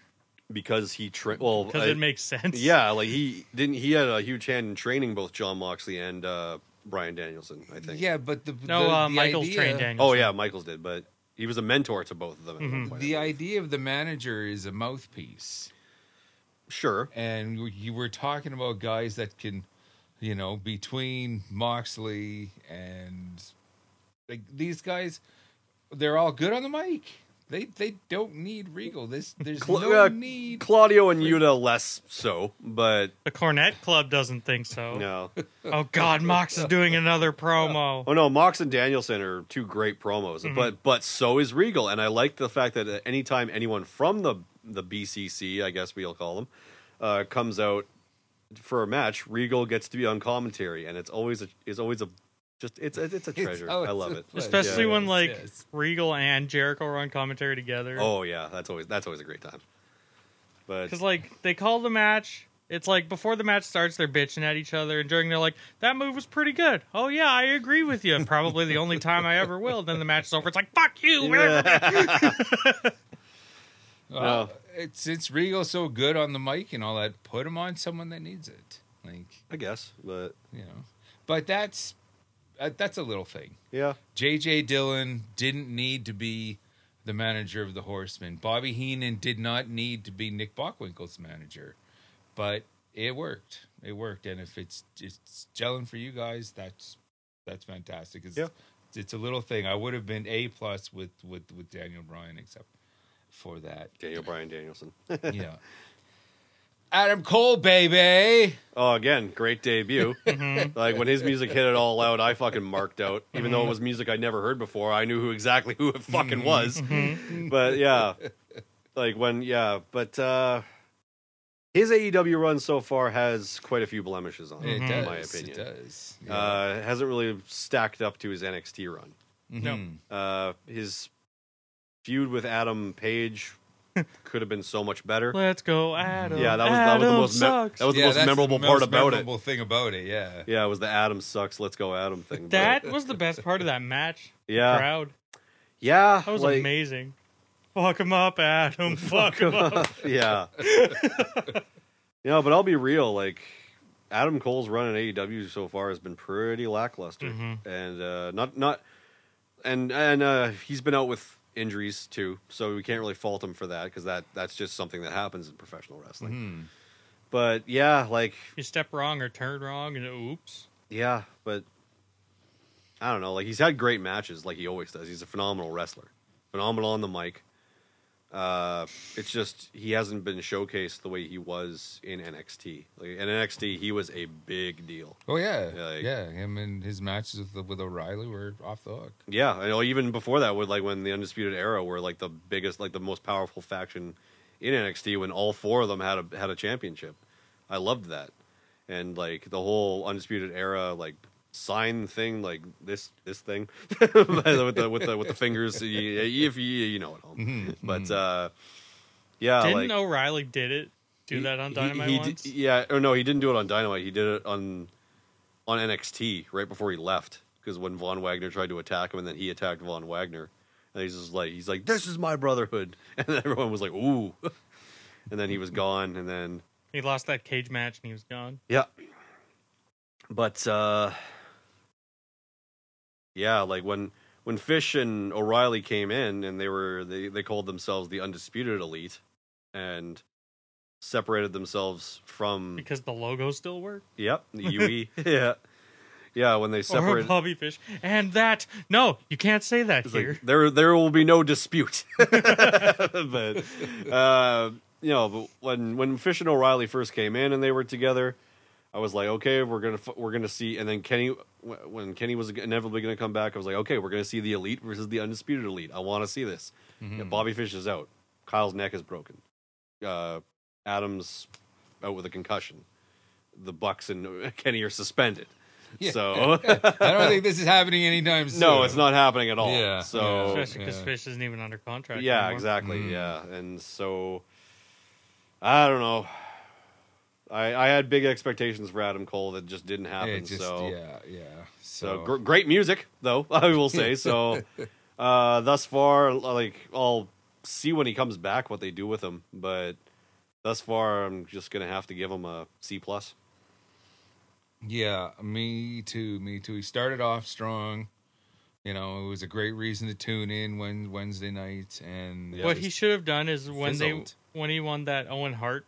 S4: because he tra- well
S5: because
S4: I-
S5: it makes sense.
S4: yeah like he didn't he had a huge hand in training both John Moxley and uh, Brian Danielson I think
S3: Yeah, but the
S5: No,
S3: the,
S5: uh,
S3: the
S5: Michael's
S3: idea,
S5: trained Daniel.
S4: oh yeah Michaels did but he was a mentor to both of them at one point, I
S3: Mm-hmm. The uh,
S4: think.
S3: idea of the manager is a mouthpiece,
S4: sure
S3: and you were talking about guys that can, you know, between Moxley and like these guys, they're all good on the mic. They they don't need Regal. This there's
S4: Cla-
S3: no
S4: uh,
S3: need.
S4: Claudio and Yuta less so but
S5: The Cornet Club doesn't think so.
S4: no
S5: Oh God, Mox is doing another promo.
S4: Oh no, Mox and Danielson are two great promos,
S5: Mm-hmm.
S4: but but so is Regal, and I like the fact that uh, anytime anyone from the the BCC, I guess we'll call them, uh, comes out for a match, Regal gets to be on commentary, and it's always a it's always a just it's a, it's a treasure.
S3: oh,
S4: I
S3: it's
S4: love
S3: a
S4: it.
S3: pleasure.
S5: Especially
S4: Yeah.
S5: when like
S3: yes.
S5: Regal and Jericho are on commentary together.
S4: Oh yeah, that's always that's always a great time. But
S5: Because like they call the match, it's like before the match starts, they're bitching at each other, and during they're like, "That move was pretty good." Oh yeah, I agree with you. Probably the only time I ever will. Then the match is over. It's like fuck you.
S3: Uh,
S4: No.
S3: it's since Regal's so good on the mic and all that, put him on someone that needs it. Like
S4: I guess, but
S3: you know, but that's uh, that's a little thing.
S4: yeah,
S3: J.J. Dillon didn't need to be the manager of the Horsemen. Bobby Heenan did not need to be Nick Bockwinkel's manager, but it worked. It worked, and if it's it's gelling for you guys, that's that's fantastic. It's,
S4: Yeah.
S3: it's a little thing. I would have been a plus with with with Daniel Bryan, except for that.
S4: Daniel Bryan Danielson.
S3: yeah. Adam Cole, baby.
S4: Oh, again, great debut.
S3: Mm-hmm.
S4: like when his music hit it all out, I fucking marked out. Even though it was music I'd never heard before, I knew who exactly who
S3: Mm-hmm.
S4: it fucking was. but yeah, like when yeah, but uh his AEW run so far has quite a few blemishes on it,
S3: It
S4: in
S3: does.
S4: Mm-hmm. my
S3: It
S4: opinion.
S3: does.
S4: Uh, hasn't really stacked up to his NXT run.
S5: no.
S3: Mhm.
S4: Uh, his feud with Adam Page could have been so much better.
S5: Let's go, Adam.
S4: Yeah, that was that was the
S5: Adam
S4: most me-
S5: sucks.
S4: that was
S3: Yeah,
S4: the most
S3: that's
S4: memorable
S3: the
S4: part
S3: most
S4: about it.
S3: memorable thing about it, yeah.
S4: Yeah, it was the Adam sucks, let's go Adam thing. but-
S5: that was the best part of that match.
S4: yeah,
S5: Crowd.
S4: yeah,
S5: That was
S4: like,
S5: amazing. Fuck him up, Adam. Fuck him up.
S4: yeah. you know, but I'll be real. Like Adam Cole's run in AEW so far has been pretty lackluster,
S5: Mm-hmm.
S4: and uh, not not and and uh, he's been out with injuries too, so we can't really fault him for that because that that's just something that happens in professional wrestling. But yeah, like
S5: You step wrong or turn wrong, and oops.
S4: yeah, but I don't know. Like he's had great matches, like he always does. He's a phenomenal wrestler, phenomenal on the mic. Uh, it's just he hasn't been showcased the way he was in NXT. Like in NXT, he was a big deal.
S3: Oh yeah,
S4: Yeah, like-
S3: yeah. Him and his matches with the, with O'Reilly were off the hook.
S4: Yeah, I know. Even before that, with like when the Undisputed Era were like the biggest, like the most powerful faction in NXT, when all four of them had a had a championship, I loved that, and like the whole Undisputed Era like sign thing, like this this thing with the with the with the fingers. you- If you you know at home, but uh, yeah,
S5: Didn't
S4: like,
S5: O'Reilly did it? Do
S4: he-
S5: that on
S4: he-
S5: Dynamite
S4: he, did-
S5: once?
S4: yeah, or no, he didn't do it on Dynamite. He did it on on NXT right before he left because when Von Wagner tried to attack him, and then he attacked Von Wagner, and he's just like, he's like, "This is my brotherhood," and then everyone was like, "Ooh," and then he was gone, and then
S5: He lost that cage match and he was gone.
S4: yeah, but uh, yeah, like when when Fish and O'Reilly came in, and they were they they called themselves the Undisputed Elite, and separated themselves from
S5: Because the logo still worked.
S4: Yep, the UE. yeah, yeah. When they
S5: Or
S4: separate,
S5: Bobby Fish. And that. No, you can't say that
S4: it's
S5: here.
S4: like, there there will be no dispute. but uh, you know, but when when Fish and O'Reilly first came in and they were together, I was like, okay, we're gonna f- we're gonna see. And then Kenny, wh- when Kenny was inevitably gonna come back, I was like, okay, we're gonna see the elite versus the undisputed elite. I want to see this.
S3: Mm-hmm.
S4: Yeah, Bobby Fish is out. Kyle's neck is broken. Uh, Adams out with a concussion. The Bucks and Kenny are suspended. So
S3: I don't think this is happening anytime soon.
S4: No, it's not happening at all.
S3: Yeah,
S4: So
S3: yeah.
S5: Especially because
S3: yeah.
S5: Fish isn't even under contract.
S4: oh, yeah,
S5: anymore.
S4: exactly. Yeah. And so I don't know. I I had big expectations for Adam Cole that just didn't happen.
S3: It just,
S4: so
S3: yeah, yeah. So,
S4: so gr- great music though, I will say. So Uh, thus far, like I'll see when he comes back what they do with him, but thus far I'm just gonna have to give him a C plus.
S3: Yeah, me too. Me too. He started off strong. You know, it was a great reason to tune in when Wednesday nights and
S4: Yeah,
S5: what
S4: just
S5: he should have done is when
S3: fizzled.
S5: they when he won that Owen Hart,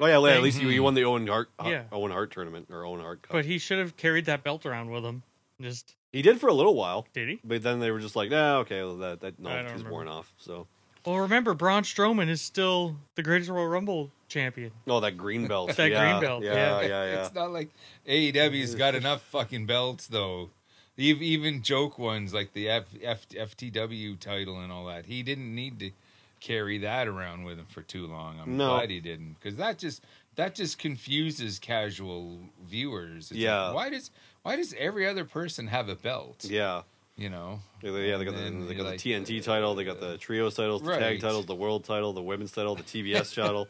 S4: Oh yeah, at least you, you won the Owen Hart uh,
S5: Yeah.
S4: Owen Hart tournament or Owen Hart Cup.
S5: but he should have carried that belt around with him. Just
S4: he did for a little while,
S5: did he?
S4: but then they were just like, nah, okay, well, that that
S5: I don't
S4: novelty's worn off. So,
S5: Well, remember Braun Strowman is still the greatest Royal Rumble champion.
S4: oh, that green belt,
S5: That
S4: yeah,
S5: green belt,
S4: yeah,
S5: yeah.
S4: yeah, yeah.
S3: It's not like AEW's got enough fucking belts though. Ev- Even joke ones like the F- F- FTW title and all that. He didn't need to carry that around with him for too long. I'm
S4: No.
S3: glad he didn't because that just that just confuses casual viewers. It's like,
S4: Yeah.
S3: why does why does every other person have a belt?
S4: yeah.
S3: You know.
S4: Yeah, they, yeah, they got,
S3: And
S4: the,
S3: then
S4: they
S3: you're
S4: got
S3: like,
S4: the TNT title, they got the trios titles, the
S3: Right.
S4: tag titles, the world title, the women's title, the TBS title,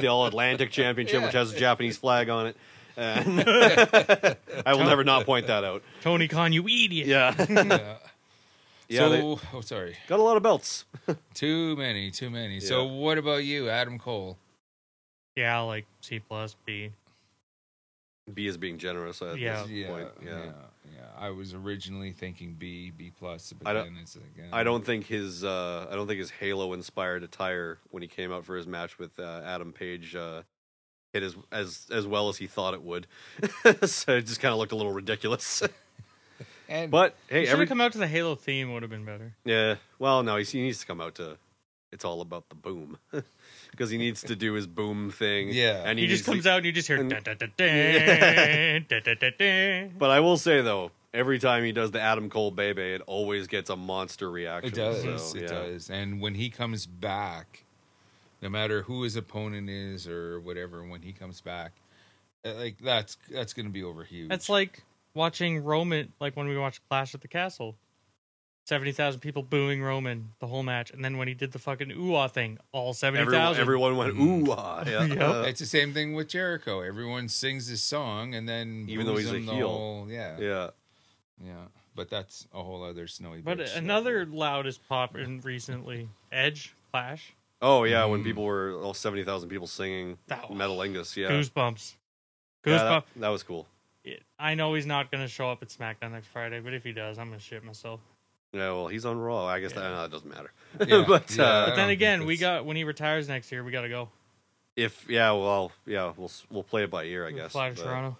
S4: the All Atlantic Championship, which has a Japanese flag on it. And I will never not point that out.
S5: Tony Khan, you idiot!
S4: Yeah,
S3: Yeah.
S4: yeah,
S3: so,
S4: they
S3: oh, sorry.
S4: got a lot of belts.
S3: Too many, too many. So,
S4: Yeah.
S3: what about you, Adam Cole?
S5: yeah like C plus B.
S4: B is being generous at
S5: Yeah.
S4: this point. Yeah.
S3: yeah, yeah. I was originally thinking B, B plus, but
S4: I don't-
S3: then it's like uh,
S4: I don't think his uh, I don't think his Halo inspired attire when he came out for his match with uh, Adam Page uh, hit as as as well as he thought it would. so it just kind of looked a little ridiculous.
S3: And
S4: But
S5: He
S4: hey,
S5: should
S4: every
S5: have come out to the Halo theme would have been better.
S4: Yeah. Well, no, he's, he needs to come out to. It's all about the boom, because he needs to do his boom thing.
S3: Yeah.
S4: and
S5: He,
S4: he,
S5: just
S4: needs to-
S5: comes out and you just hear.
S4: and-
S5: dun, dun, dun, dun, dun, dun, dun, dun.
S4: But I will say though, every time he does the Adam Cole Bebe, it always gets a monster reaction.
S3: it does,
S4: so,
S3: it
S4: yeah.
S3: does. And when he comes back, no matter who his opponent is or whatever, when he comes back, uh, like that's that's going to be over huge.
S5: That's like watching Roman, like when we watched Clash at the Castle. 70,000 people booing Roman the whole match. And then when he did the fucking ooh ah thing, all
S4: Everyone,
S5: 70,000.
S4: everyone went ooh ah. Yeah.
S5: Yep.
S3: it's the same thing with Jericho. Everyone sings his song, and then
S4: Even though
S3: boos
S4: he's a
S3: him the
S4: heel.
S3: whole- yeah, yeah,
S4: yeah.
S3: But that's a whole other snowy.
S5: But
S3: bitch.
S5: another loudest pop in recently Edge, Clash,
S4: Oh yeah, when
S3: Mm.
S4: people were all seventy thousand people singing
S5: That was-
S4: Metalingus. Yeah.
S5: Goosebumps. Goosebumps.
S4: Yeah, that, that was cool.
S5: It- I know he's not going to show up at SmackDown next Friday, but if he does, I'm going to shit myself.
S4: Yeah. Well, he's on Raw. I guess that, no, that doesn't matter.
S3: Yeah,
S4: but
S3: yeah, I
S4: uh,
S5: But then
S3: don't
S5: again,
S3: think
S5: we
S3: that's-
S5: got when he retires next year, we got to go.
S4: if yeah, well, yeah, we'll s- we'll play it by ear, I
S5: We
S4: guess.
S5: Fly to
S4: but-
S5: Toronto.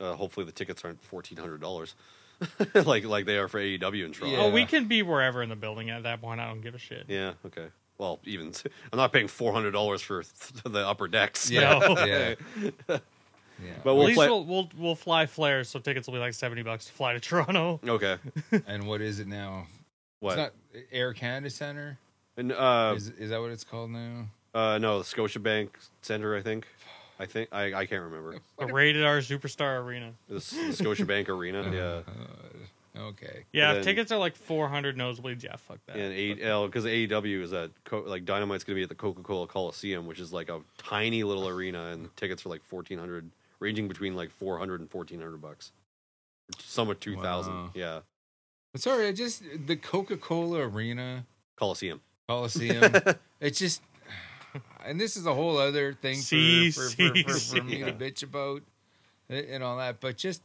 S4: uh, hopefully the tickets aren't fourteen hundred dollars, like like they are for AEW in Toronto.
S3: Yeah.
S5: Oh, we can be wherever in the building at that point. I don't give a shit.
S4: Yeah, Okay. Well, even s- I'm not paying four hundred dollars for th- the upper decks.
S3: yeah, yeah, yeah.
S4: But we'll
S5: At least
S4: play.
S5: we'll, we'll we'll fly flares, so tickets will be like seventy bucks to fly to Toronto.
S4: Okay.
S3: and what is it now? It's
S4: What?
S3: not Air Canada Center.
S4: and, uh,
S3: is is that what it's called now?
S4: uh, no, the Scotiabank Center. I think. I think I, I can't remember
S5: The rated R Superstar Arena.
S4: the, S- the Scotiabank
S3: Uh-huh.
S4: Arena. Yeah.
S3: Okay.
S5: Yeah, if
S4: then-
S5: tickets are like four hundred nosebleeds. Yeah, fuck that.
S4: And uh, A because AEW is at Co- like Dynamite's going to be at the Coca Cola Coliseum, which is like a tiny little arena, and tickets are like fourteen hundred, ranging between like 400 and 1400 bucks. Some are two thousand,
S3: Wow.
S4: yeah.
S3: But sorry, I just the Coca Cola Arena
S4: Coliseum.
S3: Coliseum. it's just, and this is a whole other thing for,
S5: See,
S3: for, for,
S5: see,
S3: for, for me
S4: see.
S3: to bitch about a- and all that. But just,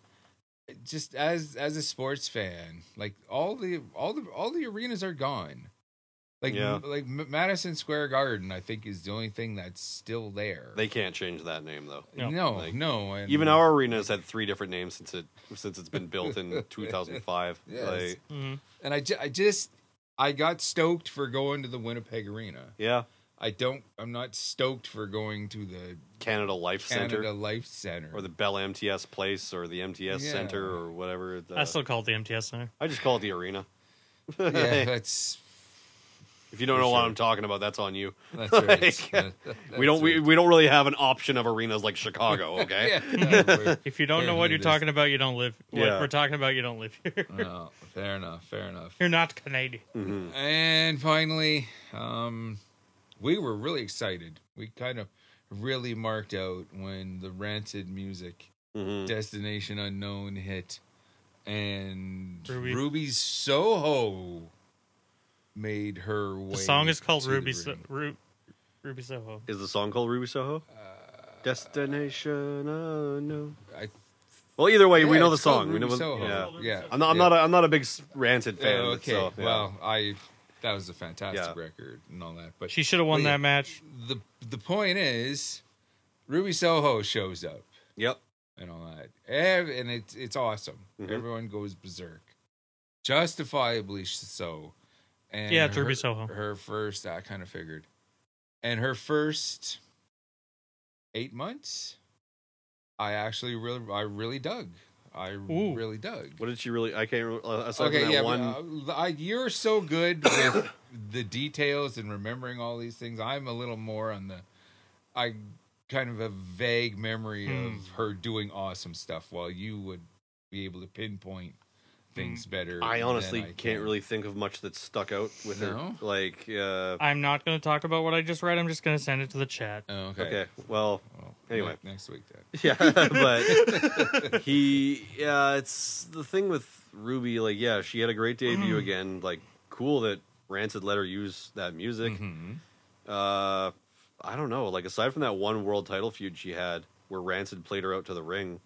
S3: just as as a sports fan, like all the all the all the arenas are gone. Like
S4: Yeah.
S3: like M- Madison Square Garden, I think is the only thing that's still there.
S4: They can't change that name though.
S5: No,
S3: no, no,
S4: like,
S3: and
S4: Even our arena has had three different names since it since it's been built in 2005.
S3: Yes.
S4: Like,
S5: Mhm.
S3: and I, ju- I just I got stoked for going to the Winnipeg Arena.
S4: yeah,
S3: I don't I'm not stoked for going to the
S4: Canada Life
S3: Canada
S4: Center
S3: Life Center.
S4: or the Bell MTS Place or the MTS
S3: Yeah.
S4: Center or whatever. the-
S5: I still call it the MTS Center.
S4: I just call it the arena.
S3: yeah, that's
S4: If you don't know what
S3: sure.
S4: I'm talking about, that's on you.
S3: that's right.
S4: Like,
S3: That-
S4: we don't we,
S3: right.
S4: we don't really have an option of arenas like Chicago, okay?
S3: yeah, no, we're-
S5: If you don't know
S3: Apparently
S5: what you're
S3: this-
S5: talking about, you don't live. What
S4: Yeah.
S5: we're talking about, you don't live here.
S3: no, fair enough, fair enough.
S5: you're not Canadian.
S3: And finally, um, we were really excited. We kind of really marked out when the ranted music
S4: Mhm.
S3: Destination Unknown hit and
S5: Ruby.
S3: Ruby Soho made her way.
S5: The song is called
S3: to the
S5: Ruby
S3: ring.
S5: so- Ru- Ruby Soho.
S4: Is the song called Ruby Soho? Destination unknown.
S3: Uh, I-
S4: Well, either way, we
S3: Yeah,
S4: know the
S3: it's called
S4: song. We know
S3: Ruby
S4: the-
S3: Soho.
S4: Yeah.
S3: yeah.
S4: I'm not. I'm
S3: yeah.
S4: not. A, I'm not a big s- rancid fan.
S3: Oh,
S4: okay.
S3: okay.
S4: So, yeah.
S3: Well, I that was a fantastic
S4: Yeah.
S3: record and all that, but
S5: She should have won
S3: Well, yeah.
S5: that match.
S3: the the point is, Ruby Soho shows up
S4: Yep.
S3: and all that, Ev- and it's it's awesome.
S4: Mhm.
S3: Everyone goes berserk, justifiably so. And
S5: Yeah, it's Ruby
S3: her-
S5: Soho.
S3: Her first, I kind of figured, and her first eight months, I actually really I really dug. I
S5: Ooh.
S3: really dug.
S4: What did she really? I can't. remember- Uh, aside from that
S3: yeah,
S4: one.
S3: but, uh, I- you're so good with the details and remembering all these things. I'm a little more on the. I kind of a vague memory of
S4: Hmm.
S3: her doing awesome stuff, while you would be able to pinpoint things better.
S4: Hmm. I
S3: than
S4: honestly
S3: I
S4: can't
S3: can.
S4: really think of much that stuck out with
S3: No?
S4: her. Like, uh,
S5: I'm not going to talk about what I just read. I'm just going to send it to the chat.
S3: Oh, okay.
S4: okay. Well,
S3: Well,
S4: Anyway.
S3: ne- next week then.
S4: yeah, but he, yeah, it's the thing with Ruby. Like, yeah, she had a great debut again. Like, cool that Rancid let her use that music.
S3: Mm-hmm.
S4: Uh, I don't know. Like, aside from that one world title feud she had, where Rancid played her out to the ring.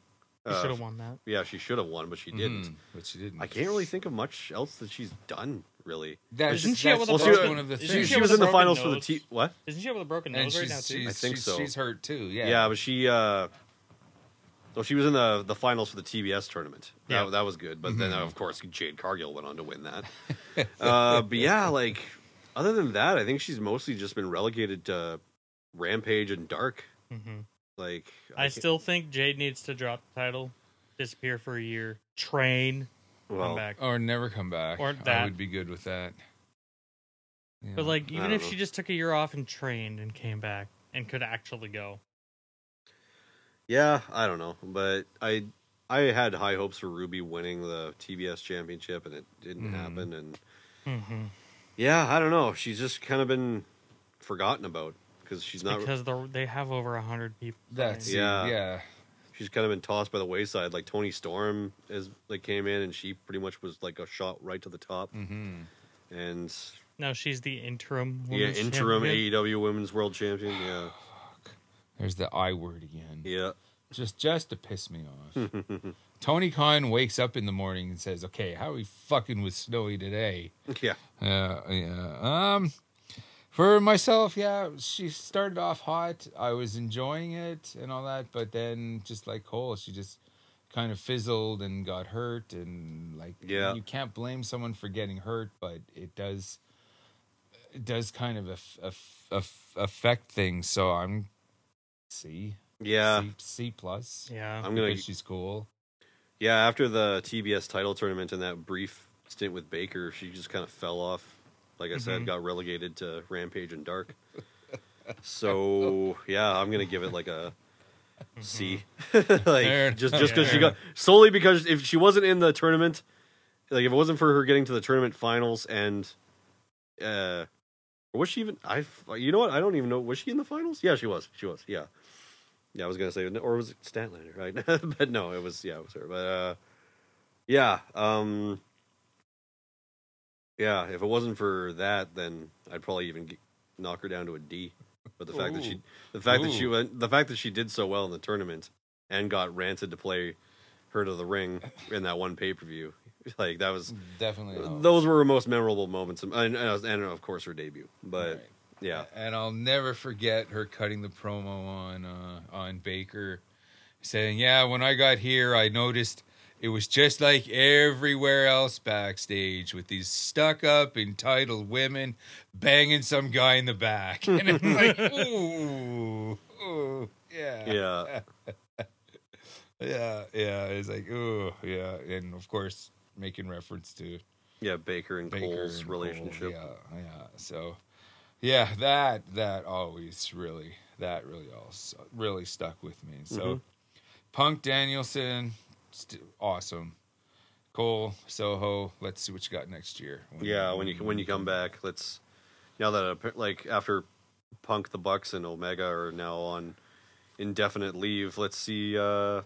S5: You
S4: uh,
S5: should have won that.
S4: Yeah, she should have won, but she didn't.
S3: Mhm, But she didn't.
S4: I can't really think of much else that she's done. Really,
S3: That's,
S5: Isn't she
S3: that's,
S5: out with a
S3: that's
S5: broken-
S3: one of the
S5: isn't
S4: she,
S3: things.
S5: she
S4: she was
S5: with
S4: in the
S5: a
S4: finals
S5: broken
S4: for the
S5: nose?
S4: T. What?
S5: Isn't she have a broken
S3: and
S5: nose right
S3: she's,
S5: now too?
S3: she's,
S4: I think
S3: she's,
S4: so.
S3: she's hurt too. Yeah.
S4: Yeah, but she uh well she was in the the finals for the TBS tournament. Yeah.
S5: Yeah. Mm-hmm.
S4: That, that was good. But then of course Jade Cargill went on to win that. uh but yeah, like other than that, I think she's mostly just been relegated to Rampage and Dark.
S5: Mhm.
S4: Like
S5: I
S4: can't-
S5: still think Jade needs to drop the title, disappear for a year, train, come
S4: well,
S5: back.
S3: Or never come back.
S5: Or
S3: I
S5: that.
S3: would be good with that.
S5: But
S3: Yeah.
S5: like,
S4: I
S5: even
S4: don't
S5: if
S4: know.
S5: she just took a year off and trained and came back and could actually go,
S4: Yeah, I don't know, but I I had high hopes for Ruby winning the TBS championship and it didn't
S5: Mm-hmm.
S3: Mhm.
S4: happen and Yeah, I don't know. She's just kind of been forgotten about cuz she's not
S5: because they're- they have over a hundred people.
S3: That's
S5: signed.
S4: Yeah.
S3: yeah.
S4: she's kind of been tossed by the wayside. Like Tony Storm is like came in and she pretty much was like a shot right to the top.
S3: hmm
S4: And
S5: Now she's the interim.
S4: yeah,
S5: women's
S4: interim
S5: champion.
S4: AEW Women's World Champion. Yeah,
S3: There's the I word again.
S4: yeah.
S3: Just just to piss me off. Tony Khan wakes up in the morning and says, "Okay, how are we fucking with Snowy today?"
S4: Yeah,
S3: Uh, Yeah, yeah. Um, for myself, yeah, she started off hot. I was enjoying it and all that, but then just like Cole, she just kind of fizzled and got hurt, and like,
S4: Yeah.
S3: you can't blame someone for getting hurt, but it does, it does kind of aff- aff- aff- affect things. So I'm C,
S4: yeah.
S3: C, C plus.
S5: Yeah.
S4: I'm gonna
S3: Because she's cool.
S4: yeah. After the TBS title tournament and that brief stint with Baker, she just kind of fell off. Like I said, got relegated to Rampage and Dark. So yeah, I'm gonna give it like a C.
S3: Fair.
S4: like just just because she
S3: Fair.
S4: got solely because if she wasn't in the tournament, like if it wasn't for her getting to the tournament finals and uh was she even I you know what I don't even know was she in the finals? Yeah, she was. She was. Yeah. Yeah, I was gonna say or was it Statlander, right? but no, it was yeah, it was her. But uh yeah, um yeah, if it wasn't for that, then I'd probably even g knock her down to a D. But the fact that she,
S3: Ooh.
S4: the fact that she
S3: Ooh.
S4: went, the fact that she did so well in the tournament and got ranted to play her to the ring in that one pay per view, like that was,
S3: Definitely. helps.
S4: those were her most memorable moments, and, and, and of course her debut. But
S3: Right.
S4: yeah,
S3: and I'll never forget her cutting the promo on uh, on Baker, saying, "Yeah, when I got here, I noticed it was just like everywhere else backstage with these stuck-up, entitled women banging some guy in the back," and it's like, "Ooh, ooh, yeah,
S4: yeah,
S3: yeah, yeah." It's like, "Ooh, yeah," and of course, making reference to
S4: yeah, Baker and
S3: Baker
S4: Cole's
S3: and Cole,
S4: relationship.
S3: yeah, yeah. So, yeah, that that always really that really also really stuck with me. So,
S4: Mhm.
S3: Punk Danielson, st- awesome. Cole Soho. Let's see what you got next year.
S4: Yeah, when you when you come back, let's now that appa- like after Punk, the Bucks, and Omega are now on indefinite leave. Let's see uh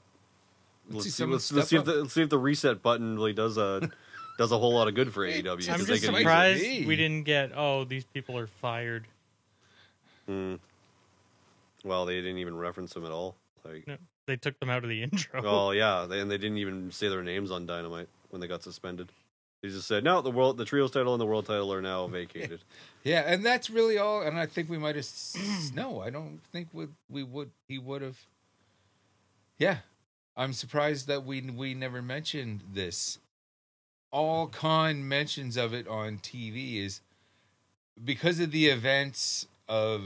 S4: Let's
S3: see
S4: see,
S3: someone
S4: let's,
S3: step
S4: let's see if
S3: up.
S4: the let's see if the reset button really does a does a whole lot of good for AEW. 'cause
S5: I'm
S4: they
S5: just
S4: can use it.
S5: surprised
S3: be.
S5: we didn't get. Oh, these people are fired.
S4: mm. Well, they didn't even reference them at all. Like,
S5: No, they took them out of the intro.
S4: oh yeah, they, and they didn't even say their names on Dynamite when they got suspended. They just said, "No, the world, the trios title and the world title are now vacated."
S3: Yeah, and that's really all. And I think we might have. s- no, I don't think we, we would. He would have. Yeah, I'm surprised that we we never mentioned this. All con mentions of it on TV is because of the events of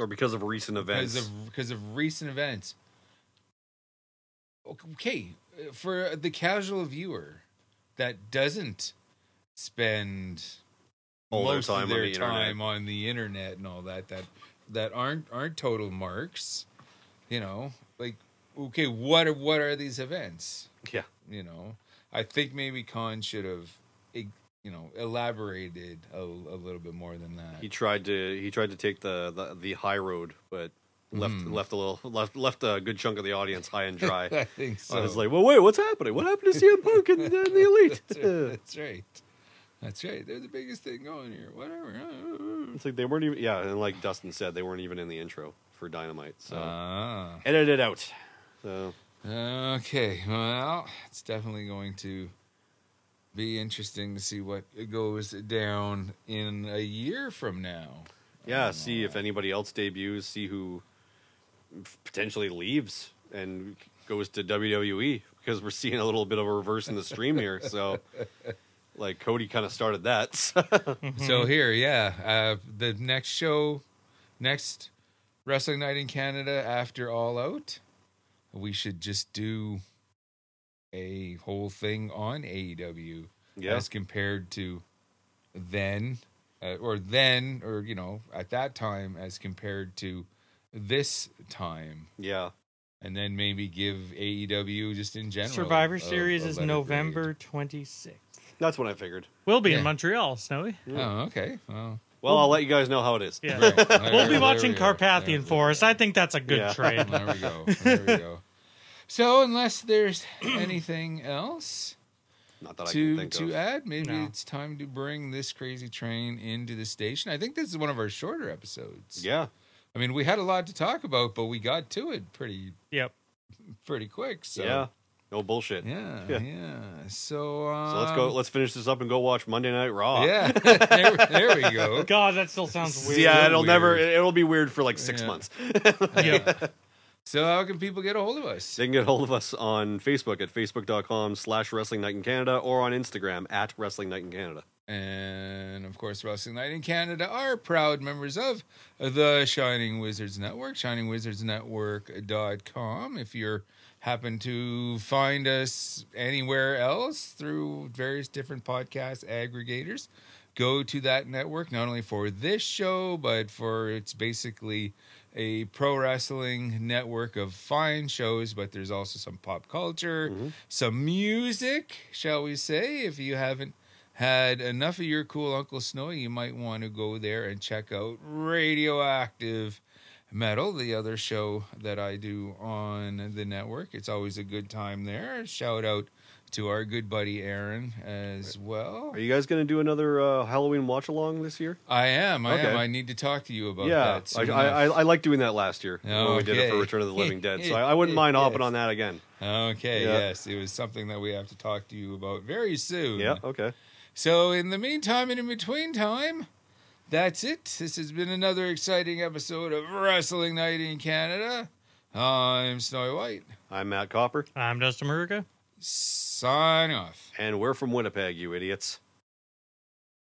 S4: or because of recent events.
S3: because of because of recent events. Okay, uh, for the casual viewer that doesn't spend
S4: All their
S3: most
S4: time
S3: of
S4: on
S3: their
S4: the internet.
S3: time on the internet and all that that that aren't aren't total marks, you know, like okay, what are what are these events?
S4: yeah,
S3: You know, I think maybe Khan should have, eh, you know, elaborated a, a little bit more than that.
S4: he tried to he tried to take the the, the high road, but left
S3: Hmm.
S4: left a little left left a good chunk of the audience high and dry.
S3: I think so.
S4: I was like, "Well, wait, what's happening? What happened to CM Punk and, and the Elite?"
S3: That's right. That's right. They're the biggest thing going here. Whatever.
S4: it's like they weren't even. Yeah, and like Dustin said, they weren't even in the intro for Dynamite. So
S3: Ah.
S4: edit it out. So
S3: Okay. Well, it's definitely going to be interesting to see what goes down in a year from now. Oh,
S4: yeah, see if anybody else debuts. See who potentially leaves and goes to WWE because we're seeing a little bit of a reverse in the stream here. So like Cody kind of started that. So.
S3: So
S5: Mm-hmm.
S3: here, yeah, uh, the next show, next wrestling night in Canada after All Out, we should just do a whole thing on AEW
S4: Yeah.
S3: as compared to then, uh, or then, or you know, at that time as compared to this time,
S4: yeah.
S3: and then maybe give AEW just in general.
S5: Survivor
S3: a-
S5: Series
S3: a
S5: is
S3: letter grade.
S5: November 26th.
S4: That's what I figured.
S5: We'll be
S3: Yeah.
S5: in Montreal, Snowy.
S3: Oh, okay. Well,
S4: Well, I'll let you guys know how it is.
S5: Yeah.
S3: right.
S5: We'll
S3: There we
S5: be watching
S3: are. There
S5: Carpathian
S3: we
S5: Forest.
S3: are.
S5: I think that's a good
S4: Yeah.
S5: trade.
S3: There we go. There we go. So unless there's anything else
S4: Not that I can
S3: to
S4: think
S3: to
S4: of.
S3: add, maybe
S5: No.
S3: it's time to bring this crazy train into the station. I think this is one of our shorter episodes.
S4: Yeah.
S3: I mean, we had a lot to talk about, but we got to it pretty
S5: Yep.
S3: pretty quick. So
S4: Yeah. No bullshit.
S3: yeah, yeah.
S4: Yeah.
S3: So um,
S4: So let's go. Let's finish this up and go watch Monday Night Raw.
S3: Yeah, there, there we go.
S5: God, that still sounds weird.
S4: Yeah,
S3: Weird.
S4: it'll never.
S3: Weird.
S4: It'll be weird for like six
S3: Yeah.
S4: months.
S5: Yep.
S3: So how can people get a hold of us?
S4: They can get hold of us on Facebook at facebook.com slash wrestling night in Canada or on Instagram at wrestling night in Canada.
S3: And of course, Wrestling Night in Canada are proud members of the Shining Wizards Network, shiningwizardsnetwork.com. If you're happen to find us anywhere else through various different podcast aggregators, go to that network, not only for this show, but for it's basically a pro wrestling network of fine shows, but there's also some pop culture, some music, shall we say, if you haven't had enough of your cool Uncle Snowy, you might want to go there and check out Radioactive Metal, the other show that I do on the network. It's always a good time there. Shout out to our good buddy Aaron as well.
S4: Are you guys going to do another uh, Halloween watch along this year?
S3: I am. I am.
S4: Okay.
S3: I need to talk to you about
S4: yeah,
S3: that.
S4: I,
S3: soon
S4: I, I,
S3: enough.
S4: I like doing that last year when we did it for
S3: Okay.
S4: Return of the Living Dead. So I, I wouldn't mind hopping
S3: Yes.
S4: on that again.
S3: okay.
S4: Yeah.
S3: Yes, it was something that we have to talk to you about very soon.
S4: Yeah, okay.
S3: So, in the meantime and in between time, that's it. This has been another exciting episode of Wrestling Night in Canada. I'm Snowy White.
S4: I'm Matt Copper,
S5: I'm Dustin Maruka.
S3: Sign off.
S4: and we're from Winnipeg, you idiots.